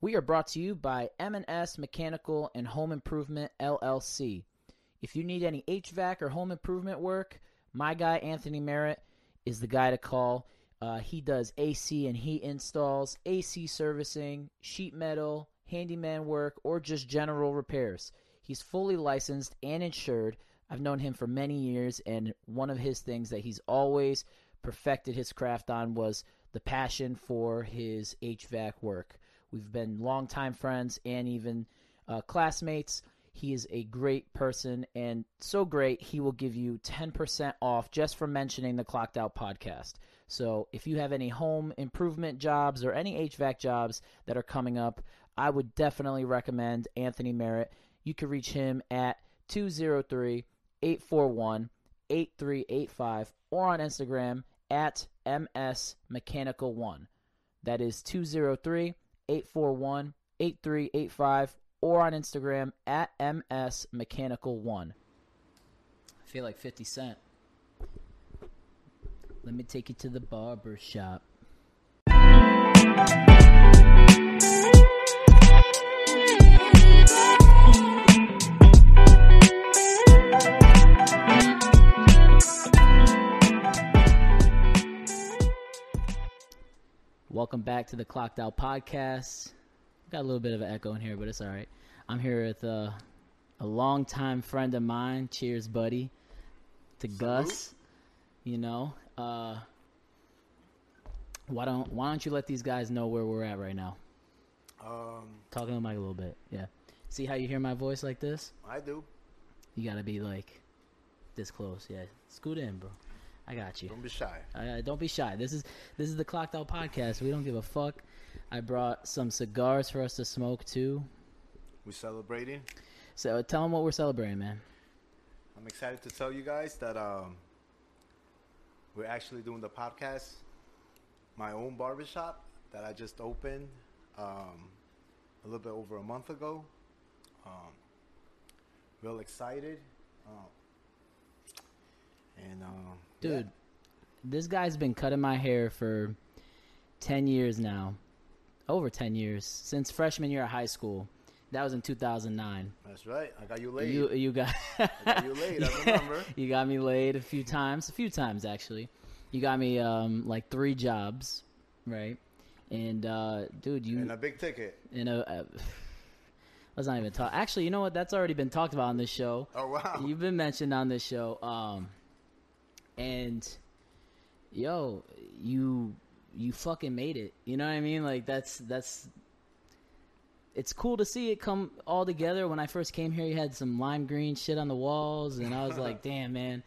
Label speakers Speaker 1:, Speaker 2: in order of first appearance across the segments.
Speaker 1: We are brought to you by M&S Mechanical and Home Improvement LLC. If you need any HVAC or home improvement work, my guy Anthony Merritt is the guy to call. Uh, he does AC and he installs, AC servicing, sheet metal, handyman work, or just general repairs. He's fully licensed and insured. I've known him for many years, and one of his things that he's always perfected his craft on was the passion for his HVAC work. We've been longtime friends and even uh, classmates. He is a great person and so great, he will give you 10% off just for mentioning the Clocked Out podcast. So if you have any home improvement jobs or any HVAC jobs that are coming up, I would definitely recommend Anthony Merritt. You can reach him at 203 841 8385 or on Instagram at MS Mechanical One. That is 203 841 8385 or on Instagram at MS Mechanical One. I feel like 50 Cent. Let me take you to the barber shop. Welcome back to the Clocked Out Podcast. Got a little bit of an echo in here, but it's all right. I'm here with uh, a longtime friend of mine. Cheers, buddy. To Gus. You know, uh, why don't why don't you let these guys know where we're at right now?
Speaker 2: Um,
Speaker 1: Talking to the mic a little bit. Yeah. See how you hear my voice like this?
Speaker 2: I do.
Speaker 1: You gotta be like this close. Yeah. Scoot in, bro. I got you.
Speaker 2: Don't be shy.
Speaker 1: Uh, don't be shy. This is this is the Clocked Out podcast. We don't give a fuck. I brought some cigars for us to smoke too.
Speaker 2: We're celebrating.
Speaker 1: So uh, tell them what we're celebrating, man.
Speaker 2: I'm excited to tell you guys that um, we're actually doing the podcast. My own barbershop that I just opened um, a little bit over a month ago. Um, real excited. Um, and um, yeah.
Speaker 1: Dude, this guy's been cutting my hair for 10 years now. Over 10 years since freshman year of high school. That was in 2009.
Speaker 2: that's right. I got you late.
Speaker 1: You you got
Speaker 2: got you laid, I remember.
Speaker 1: you got me laid a few times, a few times actually. You got me um like three jobs, right? And uh dude, you
Speaker 2: and a big ticket.
Speaker 1: you know, uh, let's not even talk. Actually, you know what? That's already been talked about on this show.
Speaker 2: Oh wow.
Speaker 1: You've been mentioned on this show. Um, and yo, you you fucking made it. You know what I mean? Like that's that's. It's cool to see it come all together. When I first came here, you had some lime green shit on the walls, and I was like, "Damn, man,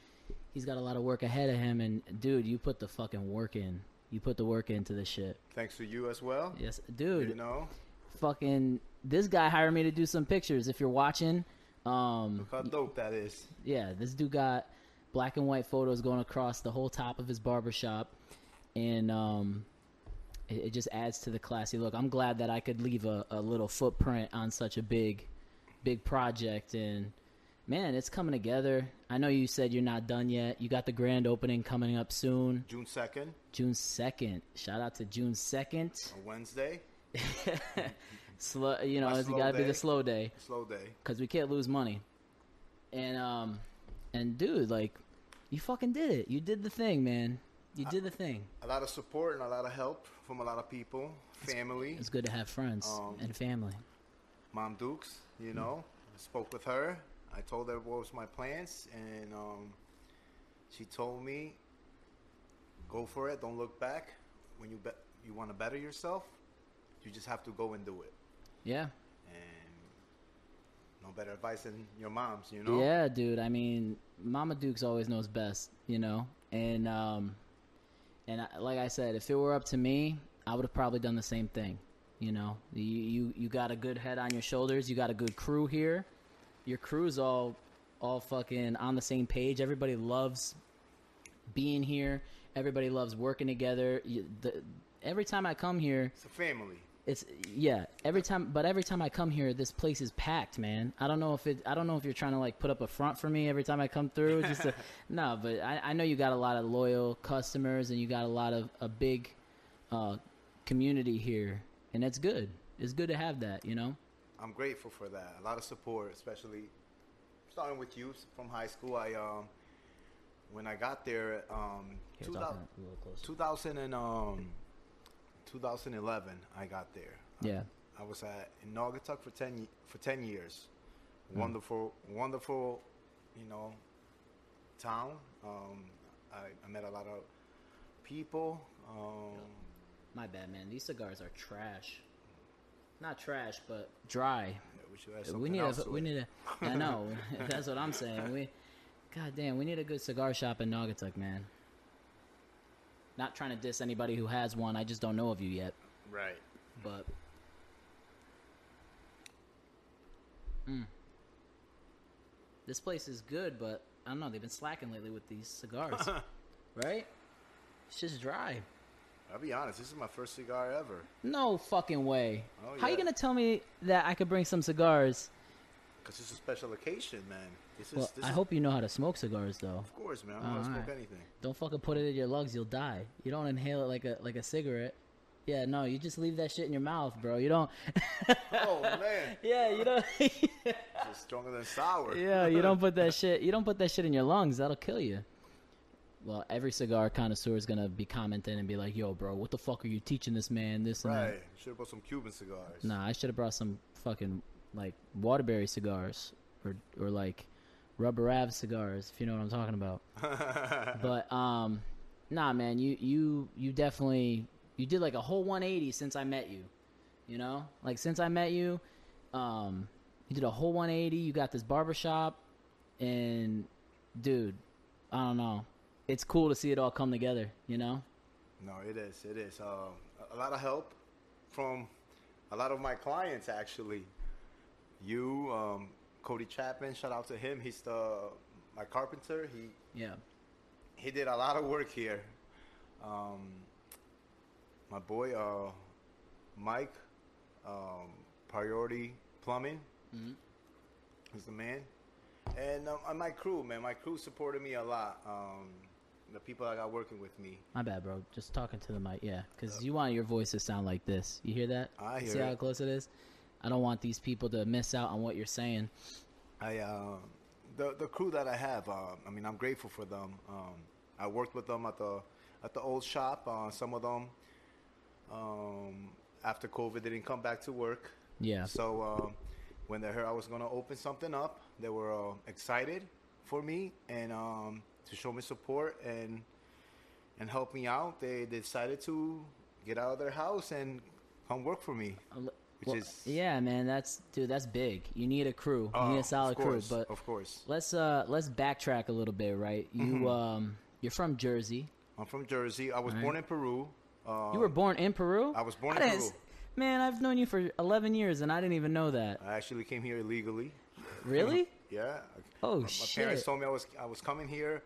Speaker 1: he's got a lot of work ahead of him." And dude, you put the fucking work in. You put the work into this shit.
Speaker 2: Thanks to you as well.
Speaker 1: Yes, dude
Speaker 2: You know,
Speaker 1: fucking this guy hired me to do some pictures. If you're watching, um,
Speaker 2: look how dope that is.
Speaker 1: yeah, this dude got black and white photos going across the whole top of his barber shop, and um, it, it just adds to the classy look. I'm glad that I could leave a, a little footprint on such a big, big project, and man, it's coming together. I know you said you're not done yet. You got the grand opening coming up soon,
Speaker 2: June second,
Speaker 1: June second. Shout out to June second.
Speaker 2: a Wednesday,
Speaker 1: Slow, you know,
Speaker 2: My
Speaker 1: it's
Speaker 2: slow
Speaker 1: got to be
Speaker 2: day.
Speaker 1: the slow day.
Speaker 2: slow day.
Speaker 1: because we can't lose money. And um, and dude, like, you fucking did it. You did the thing, man. You did the thing.
Speaker 2: A lot of support and a lot of help from a lot of people, family.
Speaker 1: It's good to have friends
Speaker 2: Um,
Speaker 1: and family.
Speaker 2: Mom Dukes, you know. I spoke with her. I told her what was my plans, and um, she told me, "Go for it. Don't look back. When you bet, you want to better yourself, you just have to go and do it."
Speaker 1: Yeah,
Speaker 2: And no better advice than your mom's, you know.
Speaker 1: yeah, dude. I mean, Mama Duke's always knows best, you know. And um, and I, like I said, if it were up to me, I would have probably done the same thing. You know, you, you you got a good head on your shoulders. You got a good crew here. Your crew's all all fucking on the same page. Everybody loves being here. Everybody loves working together. You, the, every time I come here,
Speaker 2: It's a family.
Speaker 1: it's yeah. Every time, but every time I come here, this place is packed, man. I don't know if it. I don't know if you're trying to like put up a front for me every time I come through. Just to, no, but I, I know you got a lot of loyal customers and you got a lot of a big uh, community here, and that's good. it's good to have that, you know.
Speaker 2: I'm grateful for that. A lot of support, especially starting with you from high school. I um when I got there um
Speaker 1: Here,
Speaker 2: 2000
Speaker 1: talk a little closer.
Speaker 2: 2000 and um 2011 I got there.
Speaker 1: Yeah,
Speaker 2: I was at in Naugatuck for 10 ye- for 10 years.
Speaker 1: Hmm.
Speaker 2: Wonderful wonderful, you know, town. Um I, I met a lot of people. Um
Speaker 1: my bad, man. These cigars are trash. Not trash, but dry.
Speaker 2: yeah, we should add
Speaker 1: we
Speaker 2: something
Speaker 1: need
Speaker 2: else
Speaker 1: a
Speaker 2: to
Speaker 1: we
Speaker 2: it.
Speaker 1: need a I know that's what I'm saying. We God damn, we need a good cigar shop in Naugatuck, man. Not trying to diss anybody who has one. I just don't know of you yet,
Speaker 2: right.
Speaker 1: but Mm. This place is good, but I don't know. They've been slacking lately with these cigars, right? It's just dry.
Speaker 2: I'll be honest, this is my first cigar ever.
Speaker 1: No fucking way.
Speaker 2: Oh,
Speaker 1: How you
Speaker 2: yeah.
Speaker 1: gonna tell me that I could bring some cigars?
Speaker 2: Cause it's a special occasion, man. This is
Speaker 1: Well,
Speaker 2: this
Speaker 1: I
Speaker 2: is,
Speaker 1: hope you know how to smoke cigars, though.
Speaker 2: of course, man. I don't want to
Speaker 1: Alright.
Speaker 2: smoke anything.
Speaker 1: Don't fucking put it in your lungs, you'll die. You don't inhale it like a like a cigarette. Yeah, no, you just leave that shit in your mouth, bro. You don't.
Speaker 2: Oh man,
Speaker 1: yeah, you don't.
Speaker 2: it's stronger than sour.
Speaker 1: yeah, you don't put that shit. You don't put that shit in your lungs. That'll kill you. Well, every cigar connoisseur is gonna be commenting and be like, "Yo, bro, what the fuck are you teaching this man? This and
Speaker 2: Right. Should have bought some Cuban cigars.
Speaker 1: that." Nah, I should have brought some fucking like Waterbury cigars or or like Rubber Ave cigars, if you know what I'm talking about. but um nah man you you you definitely you did like a whole 180 since i met you you know like since i met you um you did a whole 180 you got this barbershop and dude i don't know it's cool to see it all come together you know
Speaker 2: no, it is. It is. Um, a- a lot of help from a lot of my clients actually. You, um, Cody Chapman. Shout out to him. He's the my carpenter. He
Speaker 1: yeah
Speaker 2: he did a lot of work here. Um, my boy, uh, Mike, um, Priority Plumbing, he's the man. And um, and my crew, man, my crew supported me a lot. Um, the people I got working with me.
Speaker 1: my bad bro just talking to the mic yeah because you want your voice to sound like this you hear that
Speaker 2: I
Speaker 1: see
Speaker 2: hear
Speaker 1: how
Speaker 2: it.
Speaker 1: close it is i don't want these people to miss out on what you're saying
Speaker 2: I uh, the the crew that I have. Uh, I mean, I'm grateful for them. Um, I worked with them at the at the old shop. Uh, some of them, um, after COVID, they didn't come back to work.
Speaker 1: yeah
Speaker 2: So um, when they heard I was gonna open something up, they were uh, excited for me and um, to show me support and and help me out. They decided to get out of their house and come work for me,
Speaker 1: Well,
Speaker 2: which is
Speaker 1: yeah, man. That's dude. That's big. You need a crew.
Speaker 2: uh,
Speaker 1: you need a solid
Speaker 2: of course,
Speaker 1: crew. But
Speaker 2: of course,
Speaker 1: let's uh let's backtrack a little bit, right? You
Speaker 2: Mm-hmm.
Speaker 1: um you're from Jersey.
Speaker 2: I'm from Jersey. I was
Speaker 1: Alright.
Speaker 2: born in Peru. Uh,
Speaker 1: You were born in Peru.
Speaker 2: I was born
Speaker 1: I
Speaker 2: in
Speaker 1: didn't
Speaker 2: Peru.
Speaker 1: s- Man, I've known you for 11 years and I didn't even know that.
Speaker 2: I actually came here illegally.
Speaker 1: Really?
Speaker 2: Yeah.
Speaker 1: Oh,
Speaker 2: my, my parents
Speaker 1: shit.
Speaker 2: told me I was I was coming here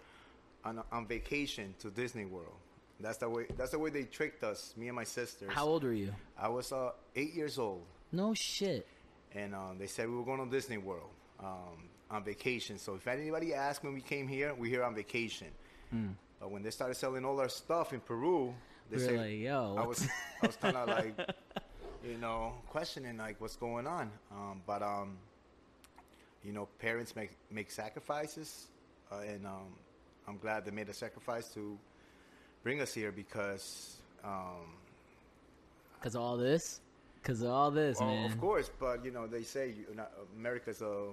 Speaker 2: on on vacation to Disney World. That's the way. That's the way they tricked us. Me and my sisters.
Speaker 1: How old were you?
Speaker 2: I was uh, eight years old,
Speaker 1: No shit.
Speaker 2: and um, they said we were going to Disney World um, on vacation. So if anybody asked when we came here, we're here on vacation. But when they started selling all our stuff in Peru,
Speaker 1: Hmm. We
Speaker 2: they
Speaker 1: were
Speaker 2: said
Speaker 1: like, yo,
Speaker 2: I
Speaker 1: what
Speaker 2: was I was kind of like, you know, questioning like what's going on. Um, but um, you know, parents make make sacrifices, uh, and um, I'm glad they made a sacrifice to bring us here because. Um,
Speaker 1: Cause of all this. Cause of all this,
Speaker 2: Well,
Speaker 1: man.
Speaker 2: Oh, of course, but you know they say you, not, America's a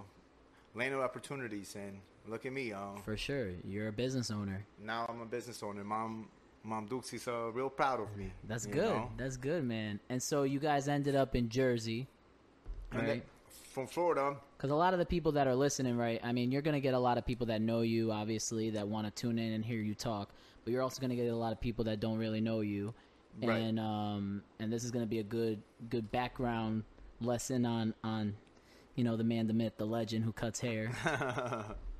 Speaker 2: land of opportunities, and look at me. Um,
Speaker 1: For sure. You're a business owner.
Speaker 2: now I'm a business owner. Mom, Mom Dukes is uh, real proud of me.
Speaker 1: That's
Speaker 2: you
Speaker 1: good.
Speaker 2: know?
Speaker 1: That's good, man. And so you guys ended up in Jersey.
Speaker 2: And
Speaker 1: right?
Speaker 2: then from Florida,
Speaker 1: Because a lot of the people that are listening, right? I mean, you're going to get a lot of people that know you, obviously, that want to tune in and hear you talk. But you're also going to get a lot of people that don't really know you,
Speaker 2: Right.
Speaker 1: and um, and this is going to be a good good background lesson on on you know the man, the myth, the legend who cuts hair,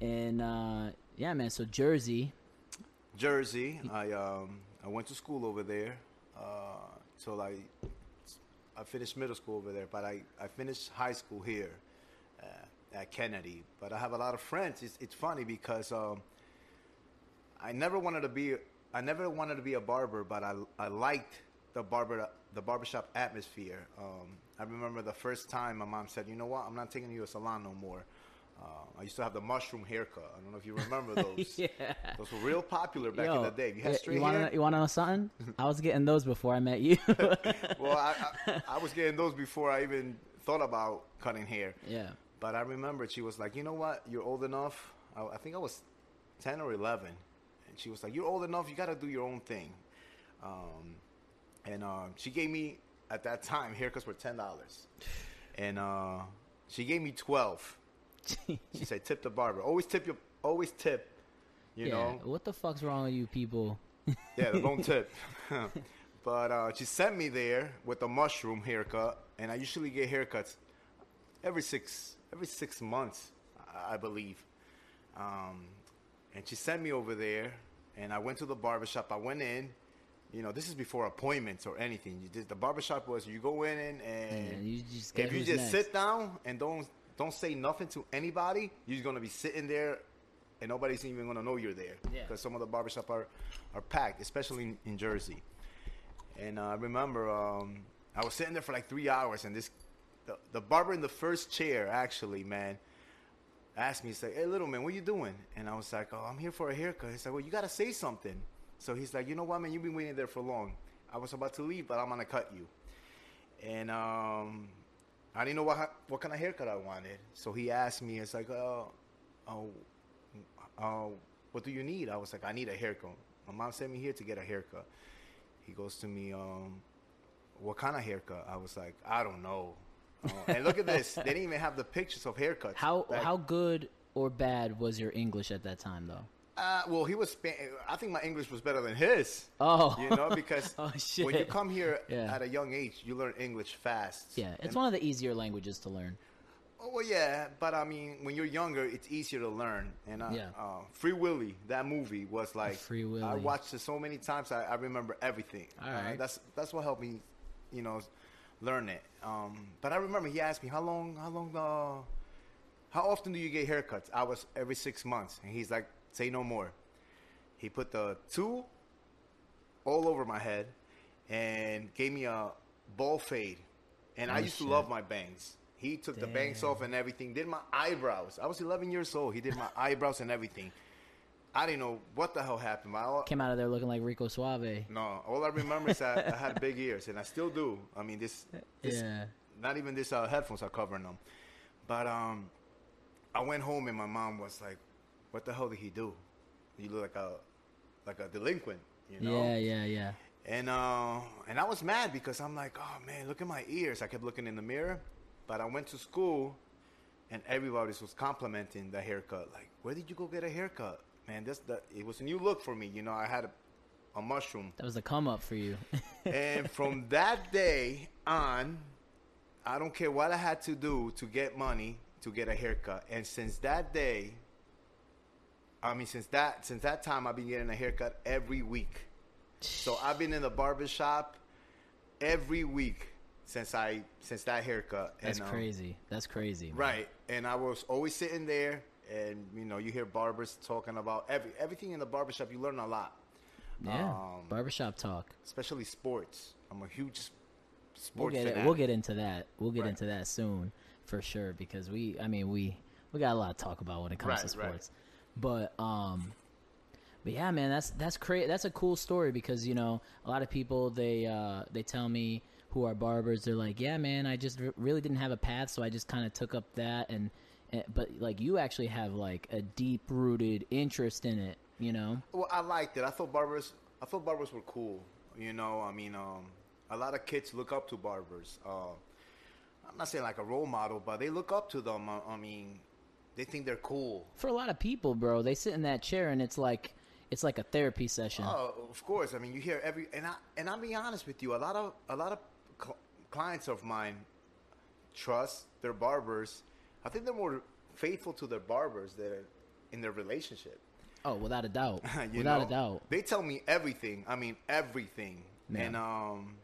Speaker 1: and uh, yeah, man. So Jersey,
Speaker 2: Jersey, I um, I went to school over there uh, till I I finished middle school over there, but I, I finished high school here uh, at Kennedy. But I have a lot of friends. It's, it's funny because um, I never wanted to be I never wanted to be a barber, but I I liked the barber the barbershop atmosphere. Um, I remember the first time my mom said, "You know what? I'm not taking you to a salon no more." Uh, I used to have the mushroom haircut. I don't know if you remember those.
Speaker 1: Yeah.
Speaker 2: Those were real popular back in the day. You had
Speaker 1: yeah,
Speaker 2: straight
Speaker 1: eh, you
Speaker 2: hair.
Speaker 1: wanna, you wanna know something? I was getting those before I met you.
Speaker 2: well, I, I, I was getting those before I even thought about cutting hair.
Speaker 1: yeah.
Speaker 2: But I remembered she was like, you know what? You're old enough. I, I think I was 10 or 11. And she was like, you're old enough. You got to do your own thing. Um, and um, she gave me, at that time, haircuts were $10. And uh, she gave me 12 She said, tip the barber. Always tip your, always tip, you
Speaker 1: yeah.
Speaker 2: know?
Speaker 1: What the fuck's wrong with you people?
Speaker 2: Yeah, the bone tip. but uh, she sent me there with a mushroom haircut, and I usually get haircuts every six every six months, I- I believe. Um, and she sent me over there, and I went to the barbershop. I went in. You know, this is before appointments or anything. You did, the barbershop was you go in and,
Speaker 1: Yeah, you just get
Speaker 2: if you
Speaker 1: who's
Speaker 2: just
Speaker 1: next.
Speaker 2: sit down and don't don't say nothing to anybody, you're gonna be sitting there, and nobody's even gonna know you're there
Speaker 1: Yeah.
Speaker 2: because some of the barbershops are are packed, especially in, in Jersey. And uh, I remember um, I was sitting there for like three hours, and this the, the barber in the first chair actually, man, asked me, he's like, "Hey, little man, what you doing?" And I was like, "Oh, I'm here for a haircut." He's like, "Well, you gotta say something." So he's like, "You know what, man? You've been waiting there for long. I was about to leave, but I'm gonna cut you." and um, I didn't know what ha- what kind of haircut I wanted. So he asked me, it's like, oh, oh, oh, what do you need? I was like, I need a haircut. My mom sent me here to get a haircut. He goes to me, um, what kind of haircut? I was like, I don't know. Uh, and look at this. They didn't even have the pictures of haircuts.
Speaker 1: How
Speaker 2: Like,
Speaker 1: how good or bad was your English at that time though?
Speaker 2: Uh, well, he was. Span- I think my English was better than his.
Speaker 1: Oh.
Speaker 2: You know, because
Speaker 1: Oh,
Speaker 2: when you
Speaker 1: shit.
Speaker 2: come here
Speaker 1: Yeah.
Speaker 2: at a young age, you learn English fast.
Speaker 1: Yeah,
Speaker 2: And
Speaker 1: it's one of the easier languages to learn.
Speaker 2: Oh, well, yeah, but I mean, when you're younger, it's easier to learn. And uh,
Speaker 1: Yeah.
Speaker 2: uh, Free Willy, that movie was like
Speaker 1: Free Willy.
Speaker 2: I watched it so many times, I, I remember everything.
Speaker 1: All
Speaker 2: Uh,
Speaker 1: right.
Speaker 2: that's that's what helped me, you know, learn it. Um, but I remember he asked me how long, how long, uh, how often do you get haircuts? I was every six months, and he's like, say no more. He put the two all over my head, and gave me a ball fade. And I
Speaker 1: Oh,
Speaker 2: used
Speaker 1: shit.
Speaker 2: to love my bangs. He took the bangs
Speaker 1: Damn.
Speaker 2: off and everything. Did my eyebrows. I was 11 years old. He did my eyebrows and everything. I didn't know what the hell happened. My, all,
Speaker 1: Came out of there looking like Rico Suave.
Speaker 2: no, all I remember is I, I had big ears, and I still do. I mean, this, this
Speaker 1: Yeah.
Speaker 2: not even this uh, headphones are covering them. But um, I went home and my mom was like, "What the hell did he do? You look like a like a delinquent, you know?"
Speaker 1: Yeah, yeah, yeah.
Speaker 2: And uh, and I was mad because I'm like, oh man, look at my ears. I kept looking in the mirror, but I went to school, and everybody was complimenting the haircut. Like, where did you go get a haircut, man? That's the it was a new look for me. You know, I had a, a mushroom,
Speaker 1: That was the come up for you.
Speaker 2: and from that day on, I don't care what I had to do to get money to get a haircut. And since that day, I mean, since that since that time, I've been getting a haircut every week. So I've been in the barber shop every week since I since that haircut.
Speaker 1: That's
Speaker 2: um,
Speaker 1: crazy. That's crazy. man.
Speaker 2: Right, and I was always sitting there, and you know, you hear barbers talking about every everything in the barber shop. You learn a lot,
Speaker 1: Yeah.
Speaker 2: Um,
Speaker 1: Barbershop talk.
Speaker 2: especially sports. I'm a huge s-
Speaker 1: We'll
Speaker 2: sports.
Speaker 1: get it.
Speaker 2: fanatic.
Speaker 1: We'll get into that. We'll get
Speaker 2: Right.
Speaker 1: into that soon for sure because we. I mean we we got a lot to talk about when it comes
Speaker 2: Right,
Speaker 1: to
Speaker 2: right.
Speaker 1: sports. But um, but yeah, man, that's that's crazy. That's a cool story because you know a lot of people they uh they tell me who are barbers they're like yeah man I just r- really didn't have a path so I just kind of took up that and, and but like you actually have like a deep rooted interest in it you know
Speaker 2: Well, I liked it. I thought barbers. I thought barbers were cool. You know, I mean, um, a lot of kids look up to barbers. Uh, I'm not saying like a role model, but they look up to them. I, I mean, they think they're cool.
Speaker 1: for a lot of people bro they sit in that chair and it's like it's like a therapy session
Speaker 2: Oh, of course. I mean, you hear every and I and I'll be honest with you. A lot of a lot of cl- clients of mine trust their barbers. I think they're more faithful to their barbers than in their relationship.
Speaker 1: Oh, without a doubt.
Speaker 2: You
Speaker 1: without
Speaker 2: know?
Speaker 1: a doubt.
Speaker 2: They tell me everything. I mean, everything.
Speaker 1: Yeah.
Speaker 2: And um,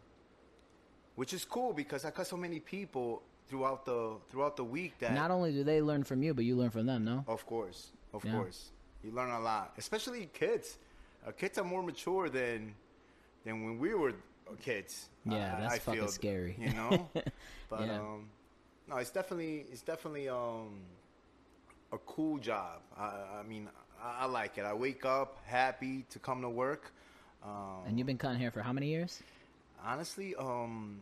Speaker 2: which is cool because I cut so many people throughout the throughout the week that
Speaker 1: Not only do they learn from you, but you learn from them, no?
Speaker 2: Of course, of
Speaker 1: Yeah.
Speaker 2: course, you learn a lot, especially kids. Uh, kids are more mature than than when we were kids.
Speaker 1: Yeah,
Speaker 2: I-
Speaker 1: that's
Speaker 2: I
Speaker 1: fucking
Speaker 2: feel,
Speaker 1: scary.
Speaker 2: You know, but
Speaker 1: Yeah.
Speaker 2: um, no, it's definitely it's definitely um a cool job. I, I mean, I, I like it. I wake up happy to come to work. Um,
Speaker 1: And you've been cutting hair for how many years?
Speaker 2: honestly, um,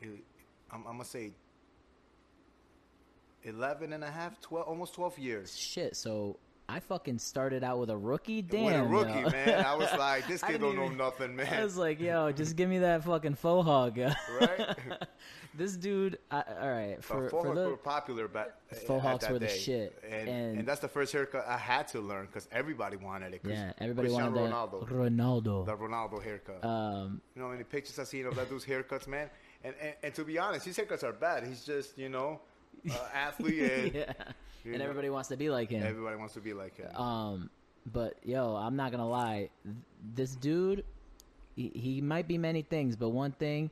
Speaker 2: it- I'm, I'm gonna say 11 and a half, 12, almost 12 years.
Speaker 1: Shit. So I fucking started out with a rookie. Damn.
Speaker 2: what a rookie,
Speaker 1: yo.
Speaker 2: man! I was like, this
Speaker 1: I
Speaker 2: kid
Speaker 1: didn't
Speaker 2: don't know
Speaker 1: even-
Speaker 2: nothing, man.
Speaker 1: I was like, yo, just give me that fucking faux hog.
Speaker 2: Right?
Speaker 1: this dude, I, all right. For,
Speaker 2: But
Speaker 1: for
Speaker 2: Faux
Speaker 1: the,
Speaker 2: were popular back
Speaker 1: Faux
Speaker 2: at
Speaker 1: hawks
Speaker 2: that
Speaker 1: were the
Speaker 2: day.
Speaker 1: shit,
Speaker 2: And,
Speaker 1: and-
Speaker 2: and that's the first haircut I had to learn because everybody wanted it. 'cause
Speaker 1: yeah, everybody
Speaker 2: Cristiano
Speaker 1: wanted
Speaker 2: Ronaldo,
Speaker 1: that Ronaldo.
Speaker 2: the Ronaldo haircut.
Speaker 1: um,
Speaker 2: you know how many pictures I seen of that dude's haircuts, man. And, and and to be honest, his haircuts are bad. He's just you know, uh, athlete, and
Speaker 1: yeah.
Speaker 2: you
Speaker 1: And
Speaker 2: know,
Speaker 1: everybody wants to be like him.
Speaker 2: everybody wants to be like him.
Speaker 1: Um, but yo, I'm not gonna lie. Th- This dude, he, he might be many things, but one thing,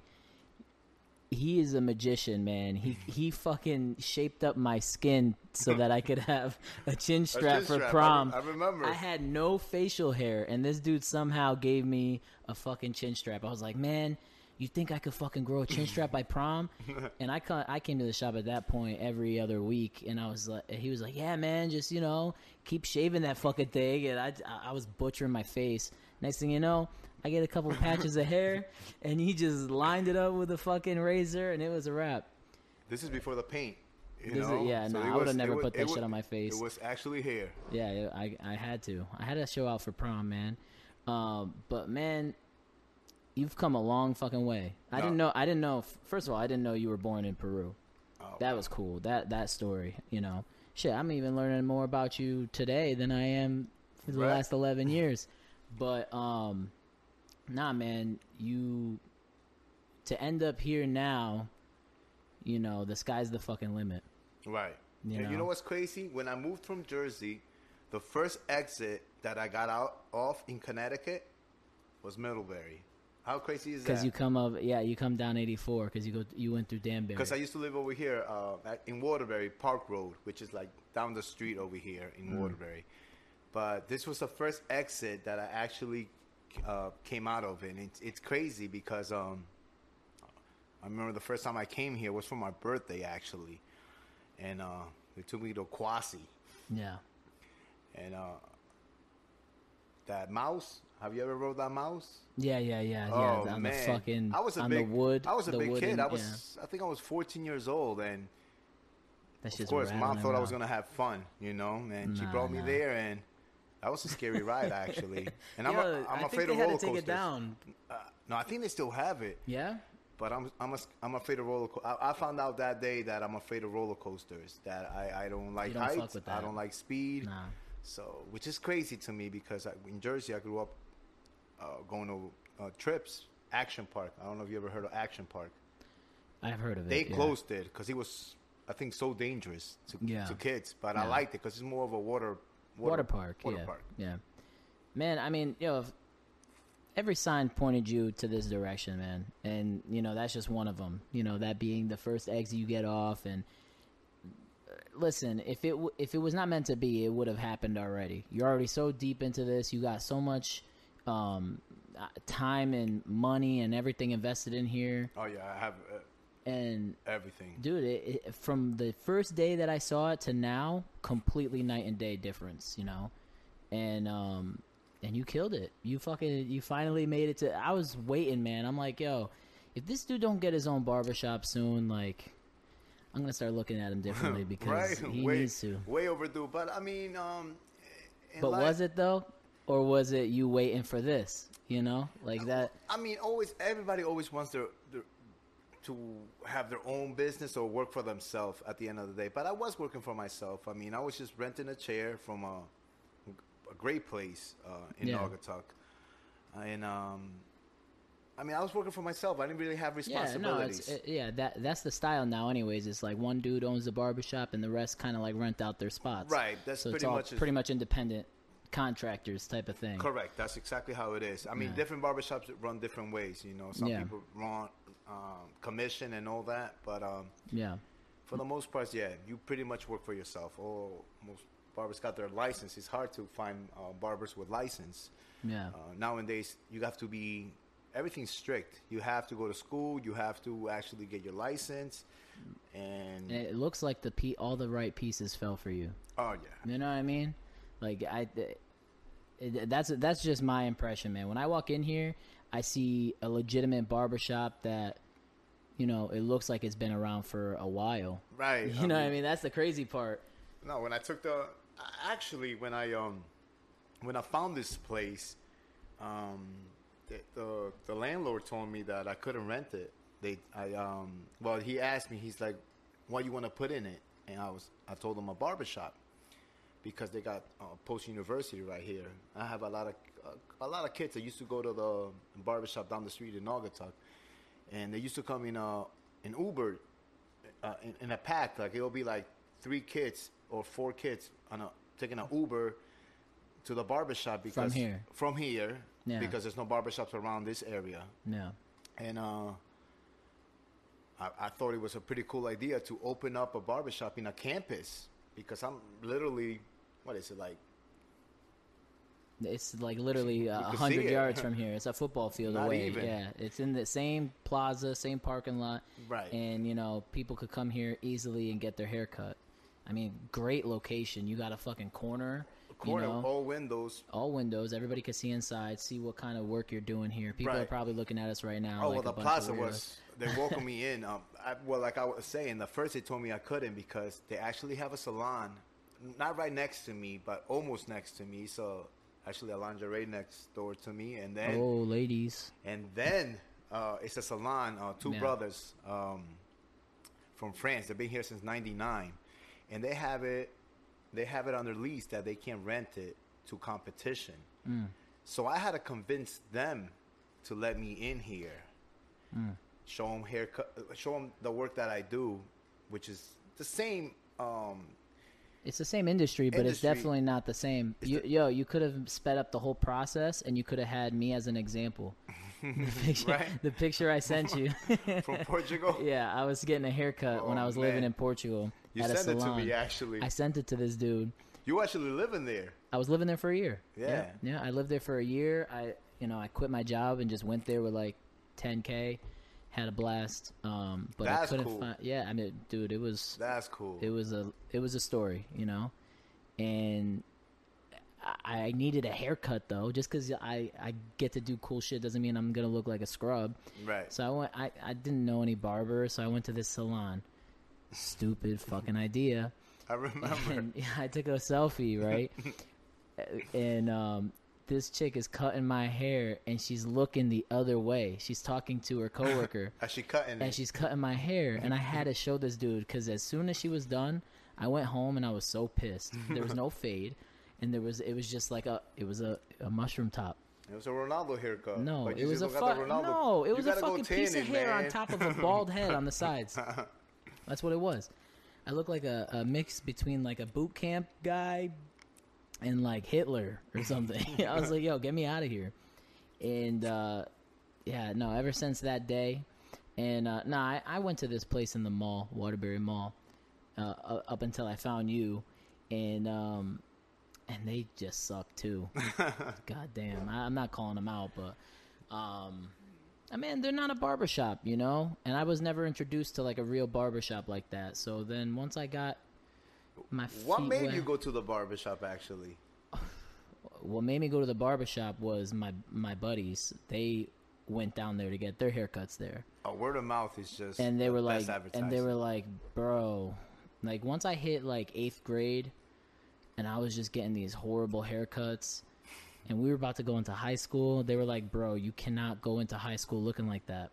Speaker 1: he is a magician, man. He he fucking shaped up my skin so that I could have a chin
Speaker 2: A
Speaker 1: strap
Speaker 2: chin
Speaker 1: for
Speaker 2: strap, I-
Speaker 1: prom.
Speaker 2: I, remember.
Speaker 1: I had no facial hair, and this dude somehow gave me a fucking chin strap. I was like, man, you think I could fucking grow a chin strap by prom? And I ca- I came to the shop at that point every other week, and I was like, he was like, yeah, man, just you know, keep shaving that fucking thing, and I I was butchering my face. Next thing you know. I get a couple patches of hair, and he just lined it up with a fucking razor, and it was a wrap.
Speaker 2: this is before the paint. You
Speaker 1: This is-
Speaker 2: know?
Speaker 1: yeah, no,
Speaker 2: it
Speaker 1: I would've
Speaker 2: was- it
Speaker 1: never
Speaker 2: was-
Speaker 1: put that
Speaker 2: it wa-
Speaker 1: shit on my face.
Speaker 2: It was actually hair.
Speaker 1: Yeah, yeah, I I had to. I had to show out for prom, man. Um, but man, you've come a long fucking way. I
Speaker 2: No.
Speaker 1: didn't know. I didn't know. First of all, I didn't know you were born in Peru.
Speaker 2: Oh,
Speaker 1: That was cool. That that story. You know, shit. I'm even learning more about you today than I am for the
Speaker 2: Right.
Speaker 1: last eleven years. But um, nah, man. You to end up here now. You know, the sky's the fucking limit.
Speaker 2: Right.
Speaker 1: You
Speaker 2: and
Speaker 1: know?
Speaker 2: you know what's crazy? When I moved from Jersey, the first exit that I got out off in Connecticut was Middlebury. How crazy is
Speaker 1: Because
Speaker 2: that?
Speaker 1: you come up, yeah, you come down 84 because you go, you went through Danbury.
Speaker 2: Because I used to live over here uh, at- in Waterbury Park Road, which is like down the street over here in
Speaker 1: Mm.
Speaker 2: Waterbury. But this was the first exit that I actually uh, came out of, and it's it's crazy because um, I remember the first time I came here was for my birthday actually, and uh, they took me to Kwasi,
Speaker 1: yeah.
Speaker 2: and uh, that mouse. Have you ever rode that mouse?
Speaker 1: Yeah, yeah, yeah, yeah.
Speaker 2: Oh
Speaker 1: on
Speaker 2: man,
Speaker 1: the fucking,
Speaker 2: I was a
Speaker 1: on
Speaker 2: big
Speaker 1: the wood.
Speaker 2: I was a
Speaker 1: the
Speaker 2: big
Speaker 1: wooden-
Speaker 2: kid. I
Speaker 1: yeah.
Speaker 2: was, I think I was 14 years old, and
Speaker 1: That's
Speaker 2: of
Speaker 1: just
Speaker 2: course, mom
Speaker 1: rattling
Speaker 2: thought I was
Speaker 1: around.
Speaker 2: gonna have fun, you know, and she
Speaker 1: Nah,
Speaker 2: brought me
Speaker 1: nah.
Speaker 2: there, and that was a scary ride actually. And I'm,
Speaker 1: yeah,
Speaker 2: a, I'm
Speaker 1: I
Speaker 2: afraid
Speaker 1: think they
Speaker 2: of
Speaker 1: had
Speaker 2: roller
Speaker 1: to take
Speaker 2: coasters.
Speaker 1: it down.
Speaker 2: Uh, no, I think they still have it,
Speaker 1: Yeah,
Speaker 2: but I'm I'm a, I'm afraid of roller. Co- I, I found out that day that I'm afraid of roller coasters. That I, I don't like
Speaker 1: don't fuck
Speaker 2: heights.
Speaker 1: with
Speaker 2: I
Speaker 1: that.
Speaker 2: don't like speed.
Speaker 1: nah.
Speaker 2: So, which is crazy to me because I, in Jersey I grew up uh, going to uh, trips. Action Park. I don't know if you ever heard of Action Park.
Speaker 1: I've heard of it.
Speaker 2: They
Speaker 1: yeah.
Speaker 2: closed it because it was, I think, so dangerous to,
Speaker 1: Yeah.
Speaker 2: to kids. But I
Speaker 1: Yeah.
Speaker 2: liked it because it's more of a water
Speaker 1: water, park.
Speaker 2: Water
Speaker 1: yeah,
Speaker 2: park.
Speaker 1: yeah. Man, I mean, yo, if every sign pointed you to this direction, man, and you know that's just one of them. You know that being the first exit you get off, and uh, listen, if it w- if it was not meant to be, it would have happened already. You're already so deep into this. You got so much um, uh, time and money and everything invested in here,
Speaker 2: Oh yeah, I have uh,
Speaker 1: and
Speaker 2: everything.
Speaker 1: dude it, it, from the first day that i saw it to now completely night and day difference you know and um and you killed it you fucking you finally made it to i was waiting man i'm like yo if this dude don't get his own barbershop soon like i'm gonna start looking at him differently
Speaker 2: Right,
Speaker 1: because he
Speaker 2: way,
Speaker 1: needs to
Speaker 2: way overdue. But I mean, um, in
Speaker 1: but
Speaker 2: life-
Speaker 1: was it though or was it you waiting for this you know like that
Speaker 2: I mean, always everybody always wants their, their to have their own business or work for themselves at the end of the day. But I was working for myself. I mean, I was just renting a chair from a, a great place uh, in
Speaker 1: Yeah.
Speaker 2: Naugatuck, and um, I mean, I was working for myself. I didn't really have
Speaker 1: yeah no
Speaker 2: responsibilities.
Speaker 1: it's it, yeah that that's the style now anyways it's like one dude owns the barbershop and the rest kind of like rent out their spots
Speaker 2: right. That's
Speaker 1: so
Speaker 2: pretty
Speaker 1: it's all
Speaker 2: much
Speaker 1: pretty much independent contractors type of thing.
Speaker 2: Correct. That's exactly how it is. I mean,
Speaker 1: Yeah.
Speaker 2: different barbershops run different ways. You know, some
Speaker 1: Yeah.
Speaker 2: people run um, commission and all that, but um,
Speaker 1: Yeah,
Speaker 2: For the most part, yeah, you pretty much work for yourself. Oh, most barbers got their license. It's hard to find uh, barbers with license
Speaker 1: yeah,
Speaker 2: uh, nowadays. You have to be everything's strict. You have to go to school. You have to actually get your license.
Speaker 1: And
Speaker 2: And,
Speaker 1: it looks like the pe- all the right pieces fell for you.
Speaker 2: oh yeah,
Speaker 1: You know what I mean? Like I, th- it- that's that's just my impression, man. When I walk in here, I see a legitimate barbershop that, you know, it looks like it's been around for a while.
Speaker 2: right.
Speaker 1: You know what I mean? That's the crazy part.
Speaker 2: No, when I took the I- actually when I um when I found this place, um the the, the landlord told me that I couldn't rent it. They I um well he asked me he's like, what you want to put in it? And I was I told him a barber shop because they got uh, post university right here. I have a lot of uh, a lot of kids that used to go to the barber shop down the street in Naugatuck, and they used to come in uh in Uber, uh, in, in a pack. Like it'll be like three kids or four kids on a taking an Uber to the barber shop because
Speaker 1: here.
Speaker 2: from here
Speaker 1: Yeah.
Speaker 2: because there's no barber shops around this area
Speaker 1: No.
Speaker 2: and uh, I, I thought it was a pretty cool idea to open up a barbershop in a campus because I'm literally, what is it like?
Speaker 1: It's like literally uh, a
Speaker 2: could see
Speaker 1: hundred
Speaker 2: it.
Speaker 1: yards from here. It's a football field
Speaker 2: Not
Speaker 1: away.
Speaker 2: even.
Speaker 1: Yeah, it's in the same plaza, same parking lot.
Speaker 2: Right.
Speaker 1: And you know, people could come here easily and get their hair cut. I mean, great location. You got a fucking corner.
Speaker 2: Corner, oh.
Speaker 1: you know, all-,
Speaker 2: all windows.
Speaker 1: windows. Everybody could see inside, see what kind of work you're doing here. People are
Speaker 2: Right.
Speaker 1: probably looking at us right now.
Speaker 2: Oh,
Speaker 1: like
Speaker 2: well,
Speaker 1: a
Speaker 2: the
Speaker 1: bunch of
Speaker 2: plaza
Speaker 1: weirdos.
Speaker 2: was, they welcomed me in. Um, I, well, like I was saying, at first they told me I couldn't because they actually have a salon, not right next to me, but almost next to me. So actually a lingerie next door to me. And then
Speaker 1: Oh, ladies.
Speaker 2: And then uh, it's a salon, uh, two
Speaker 1: Yeah.
Speaker 2: brothers um, from France. They've been here since '99, and they have it. They have it under lease that they can't rent it to competition.
Speaker 1: Mm.
Speaker 2: So I had to convince them to let me in here,
Speaker 1: Mm.
Speaker 2: show them haircut, uh, show them the work that I do, which is the same. Um,
Speaker 1: It's the same industry, but it's
Speaker 2: Industry.
Speaker 1: definitely not the same. You, yo, you could have sped up the whole process, and you could have had me as an example. The picture,
Speaker 2: Right.
Speaker 1: the picture I sent you.
Speaker 2: from Portugal,
Speaker 1: yeah, I was getting a haircut when
Speaker 2: Oh,
Speaker 1: I was living
Speaker 2: man.
Speaker 1: in Portugal
Speaker 2: you
Speaker 1: at a
Speaker 2: sent it to
Speaker 1: salon.
Speaker 2: me. Actually,
Speaker 1: I sent it to this dude.
Speaker 2: you actually live in there.
Speaker 1: I was living there for a year.
Speaker 2: Yeah.
Speaker 1: yeah. I lived there for a year. I, you know, I quit my job and just went there with like 10k. Had a blast. Um, but I
Speaker 2: That's
Speaker 1: couldn't
Speaker 2: cool.
Speaker 1: find. Yeah, I mean, dude, it was
Speaker 2: That's cool.
Speaker 1: it was a it was a story, you know, and I, I needed a haircut though. Just because I I get to do cool shit doesn't mean I'm gonna look like a scrub.
Speaker 2: right.
Speaker 1: So I went. I I didn't know any barber, so I went to this salon. Stupid fucking idea.
Speaker 2: I remember.
Speaker 1: And I took a selfie, right? and um, this chick is cutting my hair, and she's looking the other way. She's talking to her coworker.
Speaker 2: As she cutting
Speaker 1: and
Speaker 2: it.
Speaker 1: she's cutting my hair and i had to show this dude because as soon as she was done i went home and i was so pissed there was no fade and there was it was just like a it was a, a mushroom top
Speaker 2: It was a Ronaldo haircut.
Speaker 1: no
Speaker 2: But
Speaker 1: it
Speaker 2: you
Speaker 1: was a
Speaker 2: still got
Speaker 1: fu-
Speaker 2: the Ronaldo-
Speaker 1: no it
Speaker 2: You
Speaker 1: was a
Speaker 2: gotta go
Speaker 1: fucking piece of
Speaker 2: tanning,
Speaker 1: hair on
Speaker 2: man.
Speaker 1: top of a bald head on the sides that's what it was i look like a, a mix between like a boot camp guy and like hitler or something i was like yo get me out of here and uh yeah, no, ever since that day. And uh, no, I, I went to this place in the mall, Waterbury Mall, uh, u- up until I found you, and um, and they just suck too. God damn, I, I'm not calling them out, but um, I mean they're not a barbershop, you know. And I was never introduced to like a real barbershop like that. So then once I got my feet
Speaker 2: What made
Speaker 1: wet-
Speaker 2: you go to the barbershop, actually?
Speaker 1: what made me go to the barbershop was my my buddies. They went down there to get their haircuts there.
Speaker 2: A word of mouth is just
Speaker 1: and they
Speaker 2: the
Speaker 1: were like
Speaker 2: best
Speaker 1: and they
Speaker 2: advertising.
Speaker 1: were like bro like once i hit like eighth grade and i was just getting these horrible haircuts and we were about to go into high school they were like bro you cannot go into high school looking like that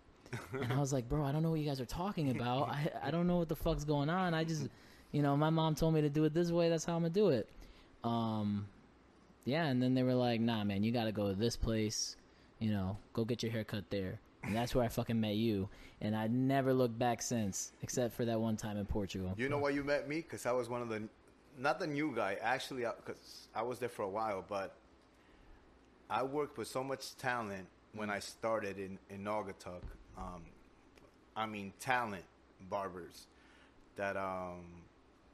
Speaker 1: and i was like bro i don't know what you guys are talking about i, I don't know what the fuck's going on i just you know my mom told me to do it this way that's how i'm gonna do it um yeah and then they were like nah man you gotta go to this place you know go get your hair cut there and that's where i fucking met you and i never looked back since except for that one time in portugal
Speaker 2: You know why you met me? Because I was one of the, not the new guy. Actually, because I was there for a while, but I worked with so much talent when I started in in Naugatuck. Um, I mean, talent barbers that um,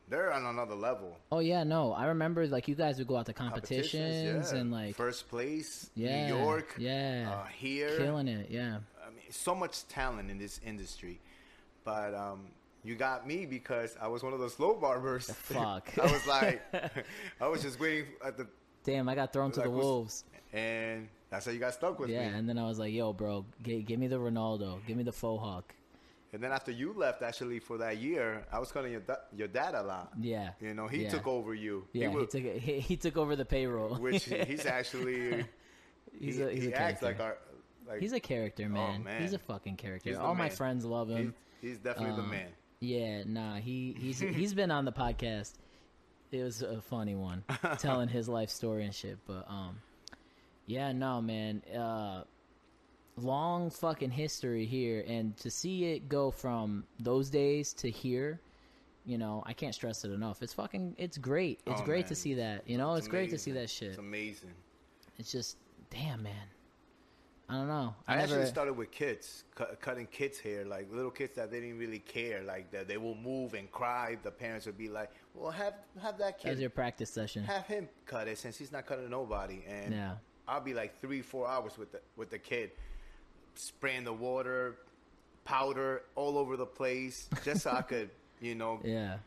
Speaker 2: they're on another level.
Speaker 1: Oh yeah, no, I remember like you guys would go out to competitions,
Speaker 2: Competitions, yeah.
Speaker 1: and like
Speaker 2: first place,
Speaker 1: yeah,
Speaker 2: New York,
Speaker 1: yeah,
Speaker 2: uh, here,
Speaker 1: killing it, yeah.
Speaker 2: I mean, so much talent in this industry, but um, you got me because I was one of those low barbers.
Speaker 1: Fuck.
Speaker 2: I was like, I was just waiting at the,
Speaker 1: Damn, I got thrown to
Speaker 2: Like,
Speaker 1: the
Speaker 2: what's-
Speaker 1: wolves.
Speaker 2: and that's how you got stuck with
Speaker 1: Yeah,
Speaker 2: me.
Speaker 1: and then I was like, "Yo, bro, g- give me the Ronaldo, give me the faux hawk."
Speaker 2: And then after you left, actually for that year, I was calling your da- your dad a lot.
Speaker 1: Yeah,
Speaker 2: You know, he
Speaker 1: yeah.
Speaker 2: took over you.
Speaker 1: Yeah, he,
Speaker 2: would-
Speaker 1: took it, he, he took over the payroll.
Speaker 2: which he's actually
Speaker 1: he's
Speaker 2: he,
Speaker 1: a, he's
Speaker 2: he
Speaker 1: a
Speaker 2: acts
Speaker 1: character.
Speaker 2: like our like oh,
Speaker 1: he's a character, man.
Speaker 2: man.
Speaker 1: He's a fucking character.
Speaker 2: He's the
Speaker 1: All my
Speaker 2: man.
Speaker 1: friends love him.
Speaker 2: he's, he's definitely the
Speaker 1: Um,
Speaker 2: man.
Speaker 1: Yeah, nah, he he's he's been on the podcast. It was a funny one, telling his life story and shit. But um, yeah, no, man, uh, long fucking history here, and to see it go from those days to here, you know, I can't stress it enough. It's fucking, it's great. It's
Speaker 2: Oh,
Speaker 1: great to
Speaker 2: man.
Speaker 1: see that. You know, it's, great to see
Speaker 2: amazing.
Speaker 1: that shit.
Speaker 2: It's amazing.
Speaker 1: It's just, damn, man. I don't know.
Speaker 2: I,
Speaker 1: I, never.
Speaker 2: actually started with kids, cut, cutting kids hair, like little kids that they didn't really care, like that they will move and cry. The parents would be like, "Well, have have that
Speaker 1: that was
Speaker 2: kid,
Speaker 1: your practice session.
Speaker 2: have him cut it, since he's not cutting nobody." And
Speaker 1: Yeah.
Speaker 2: I'll be like three, four hours with the with the kid, spraying the water, powder all over the place, just so I could, you know,
Speaker 1: Yeah.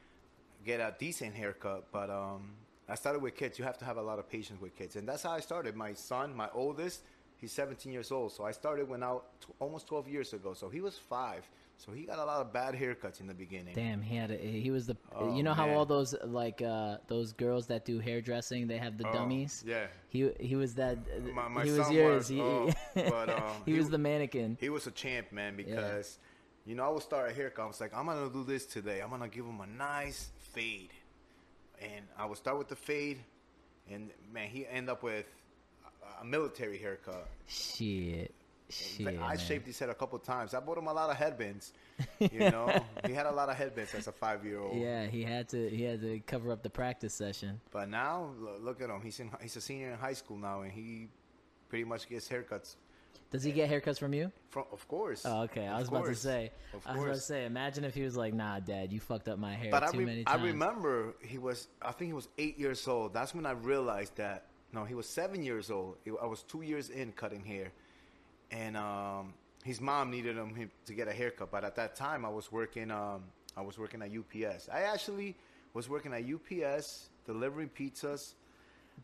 Speaker 2: get a decent haircut. But um, I started with kids. You have to have a lot of patience with kids, and that's how I started. My son, my oldest, he's 17 years old, so I started when out t- almost 12 years ago. So he was five. So he got a lot of bad haircuts in the beginning.
Speaker 1: Damn, he had a, he was the
Speaker 2: Oh,
Speaker 1: you know how all
Speaker 2: man.
Speaker 1: those like uh those girls that do hairdressing they have the
Speaker 2: Oh,
Speaker 1: dummies.
Speaker 2: yeah.
Speaker 1: He he was that
Speaker 2: My- my
Speaker 1: he was
Speaker 2: son
Speaker 1: yours.
Speaker 2: was,
Speaker 1: He-
Speaker 2: oh,
Speaker 1: he,
Speaker 2: but, um,
Speaker 1: he
Speaker 2: he
Speaker 1: was
Speaker 2: w-
Speaker 1: the mannequin.
Speaker 2: He was a champ, man, because you know I would start a haircut. I was like, I'm gonna do this today. I'm gonna give him a nice fade, and I would start with the fade, and man, he end up with a- a military haircut.
Speaker 1: Shit. Shit.
Speaker 2: Like, I
Speaker 1: man.
Speaker 2: shaved his head a couple times. I bought him a lot of headbands. You know, he had a lot of headbands as a five year old.
Speaker 1: Yeah, he had to he had to cover up the practice session.
Speaker 2: But now, lo- look at him. He's in, he's a senior in high school now, and he pretty much gets haircuts.
Speaker 1: Does he get haircuts from you?
Speaker 2: From of course.
Speaker 1: Oh, okay. I
Speaker 2: Of
Speaker 1: was about to
Speaker 2: course.
Speaker 1: say.
Speaker 2: Of
Speaker 1: I was about to
Speaker 2: course.
Speaker 1: say. Imagine if he was like, "Nah, Dad, you fucked up my hair
Speaker 2: But I,
Speaker 1: too
Speaker 2: re-
Speaker 1: many
Speaker 2: I
Speaker 1: times."
Speaker 2: remember he was. I think he was eight years old. That's when I realized that. No, he was seven years old. He- I was two years in cutting hair, and um, his mom needed him him to get a haircut. But at that time, I was working. Um, I was working at UPS. I actually was working at UPS delivering pizzas.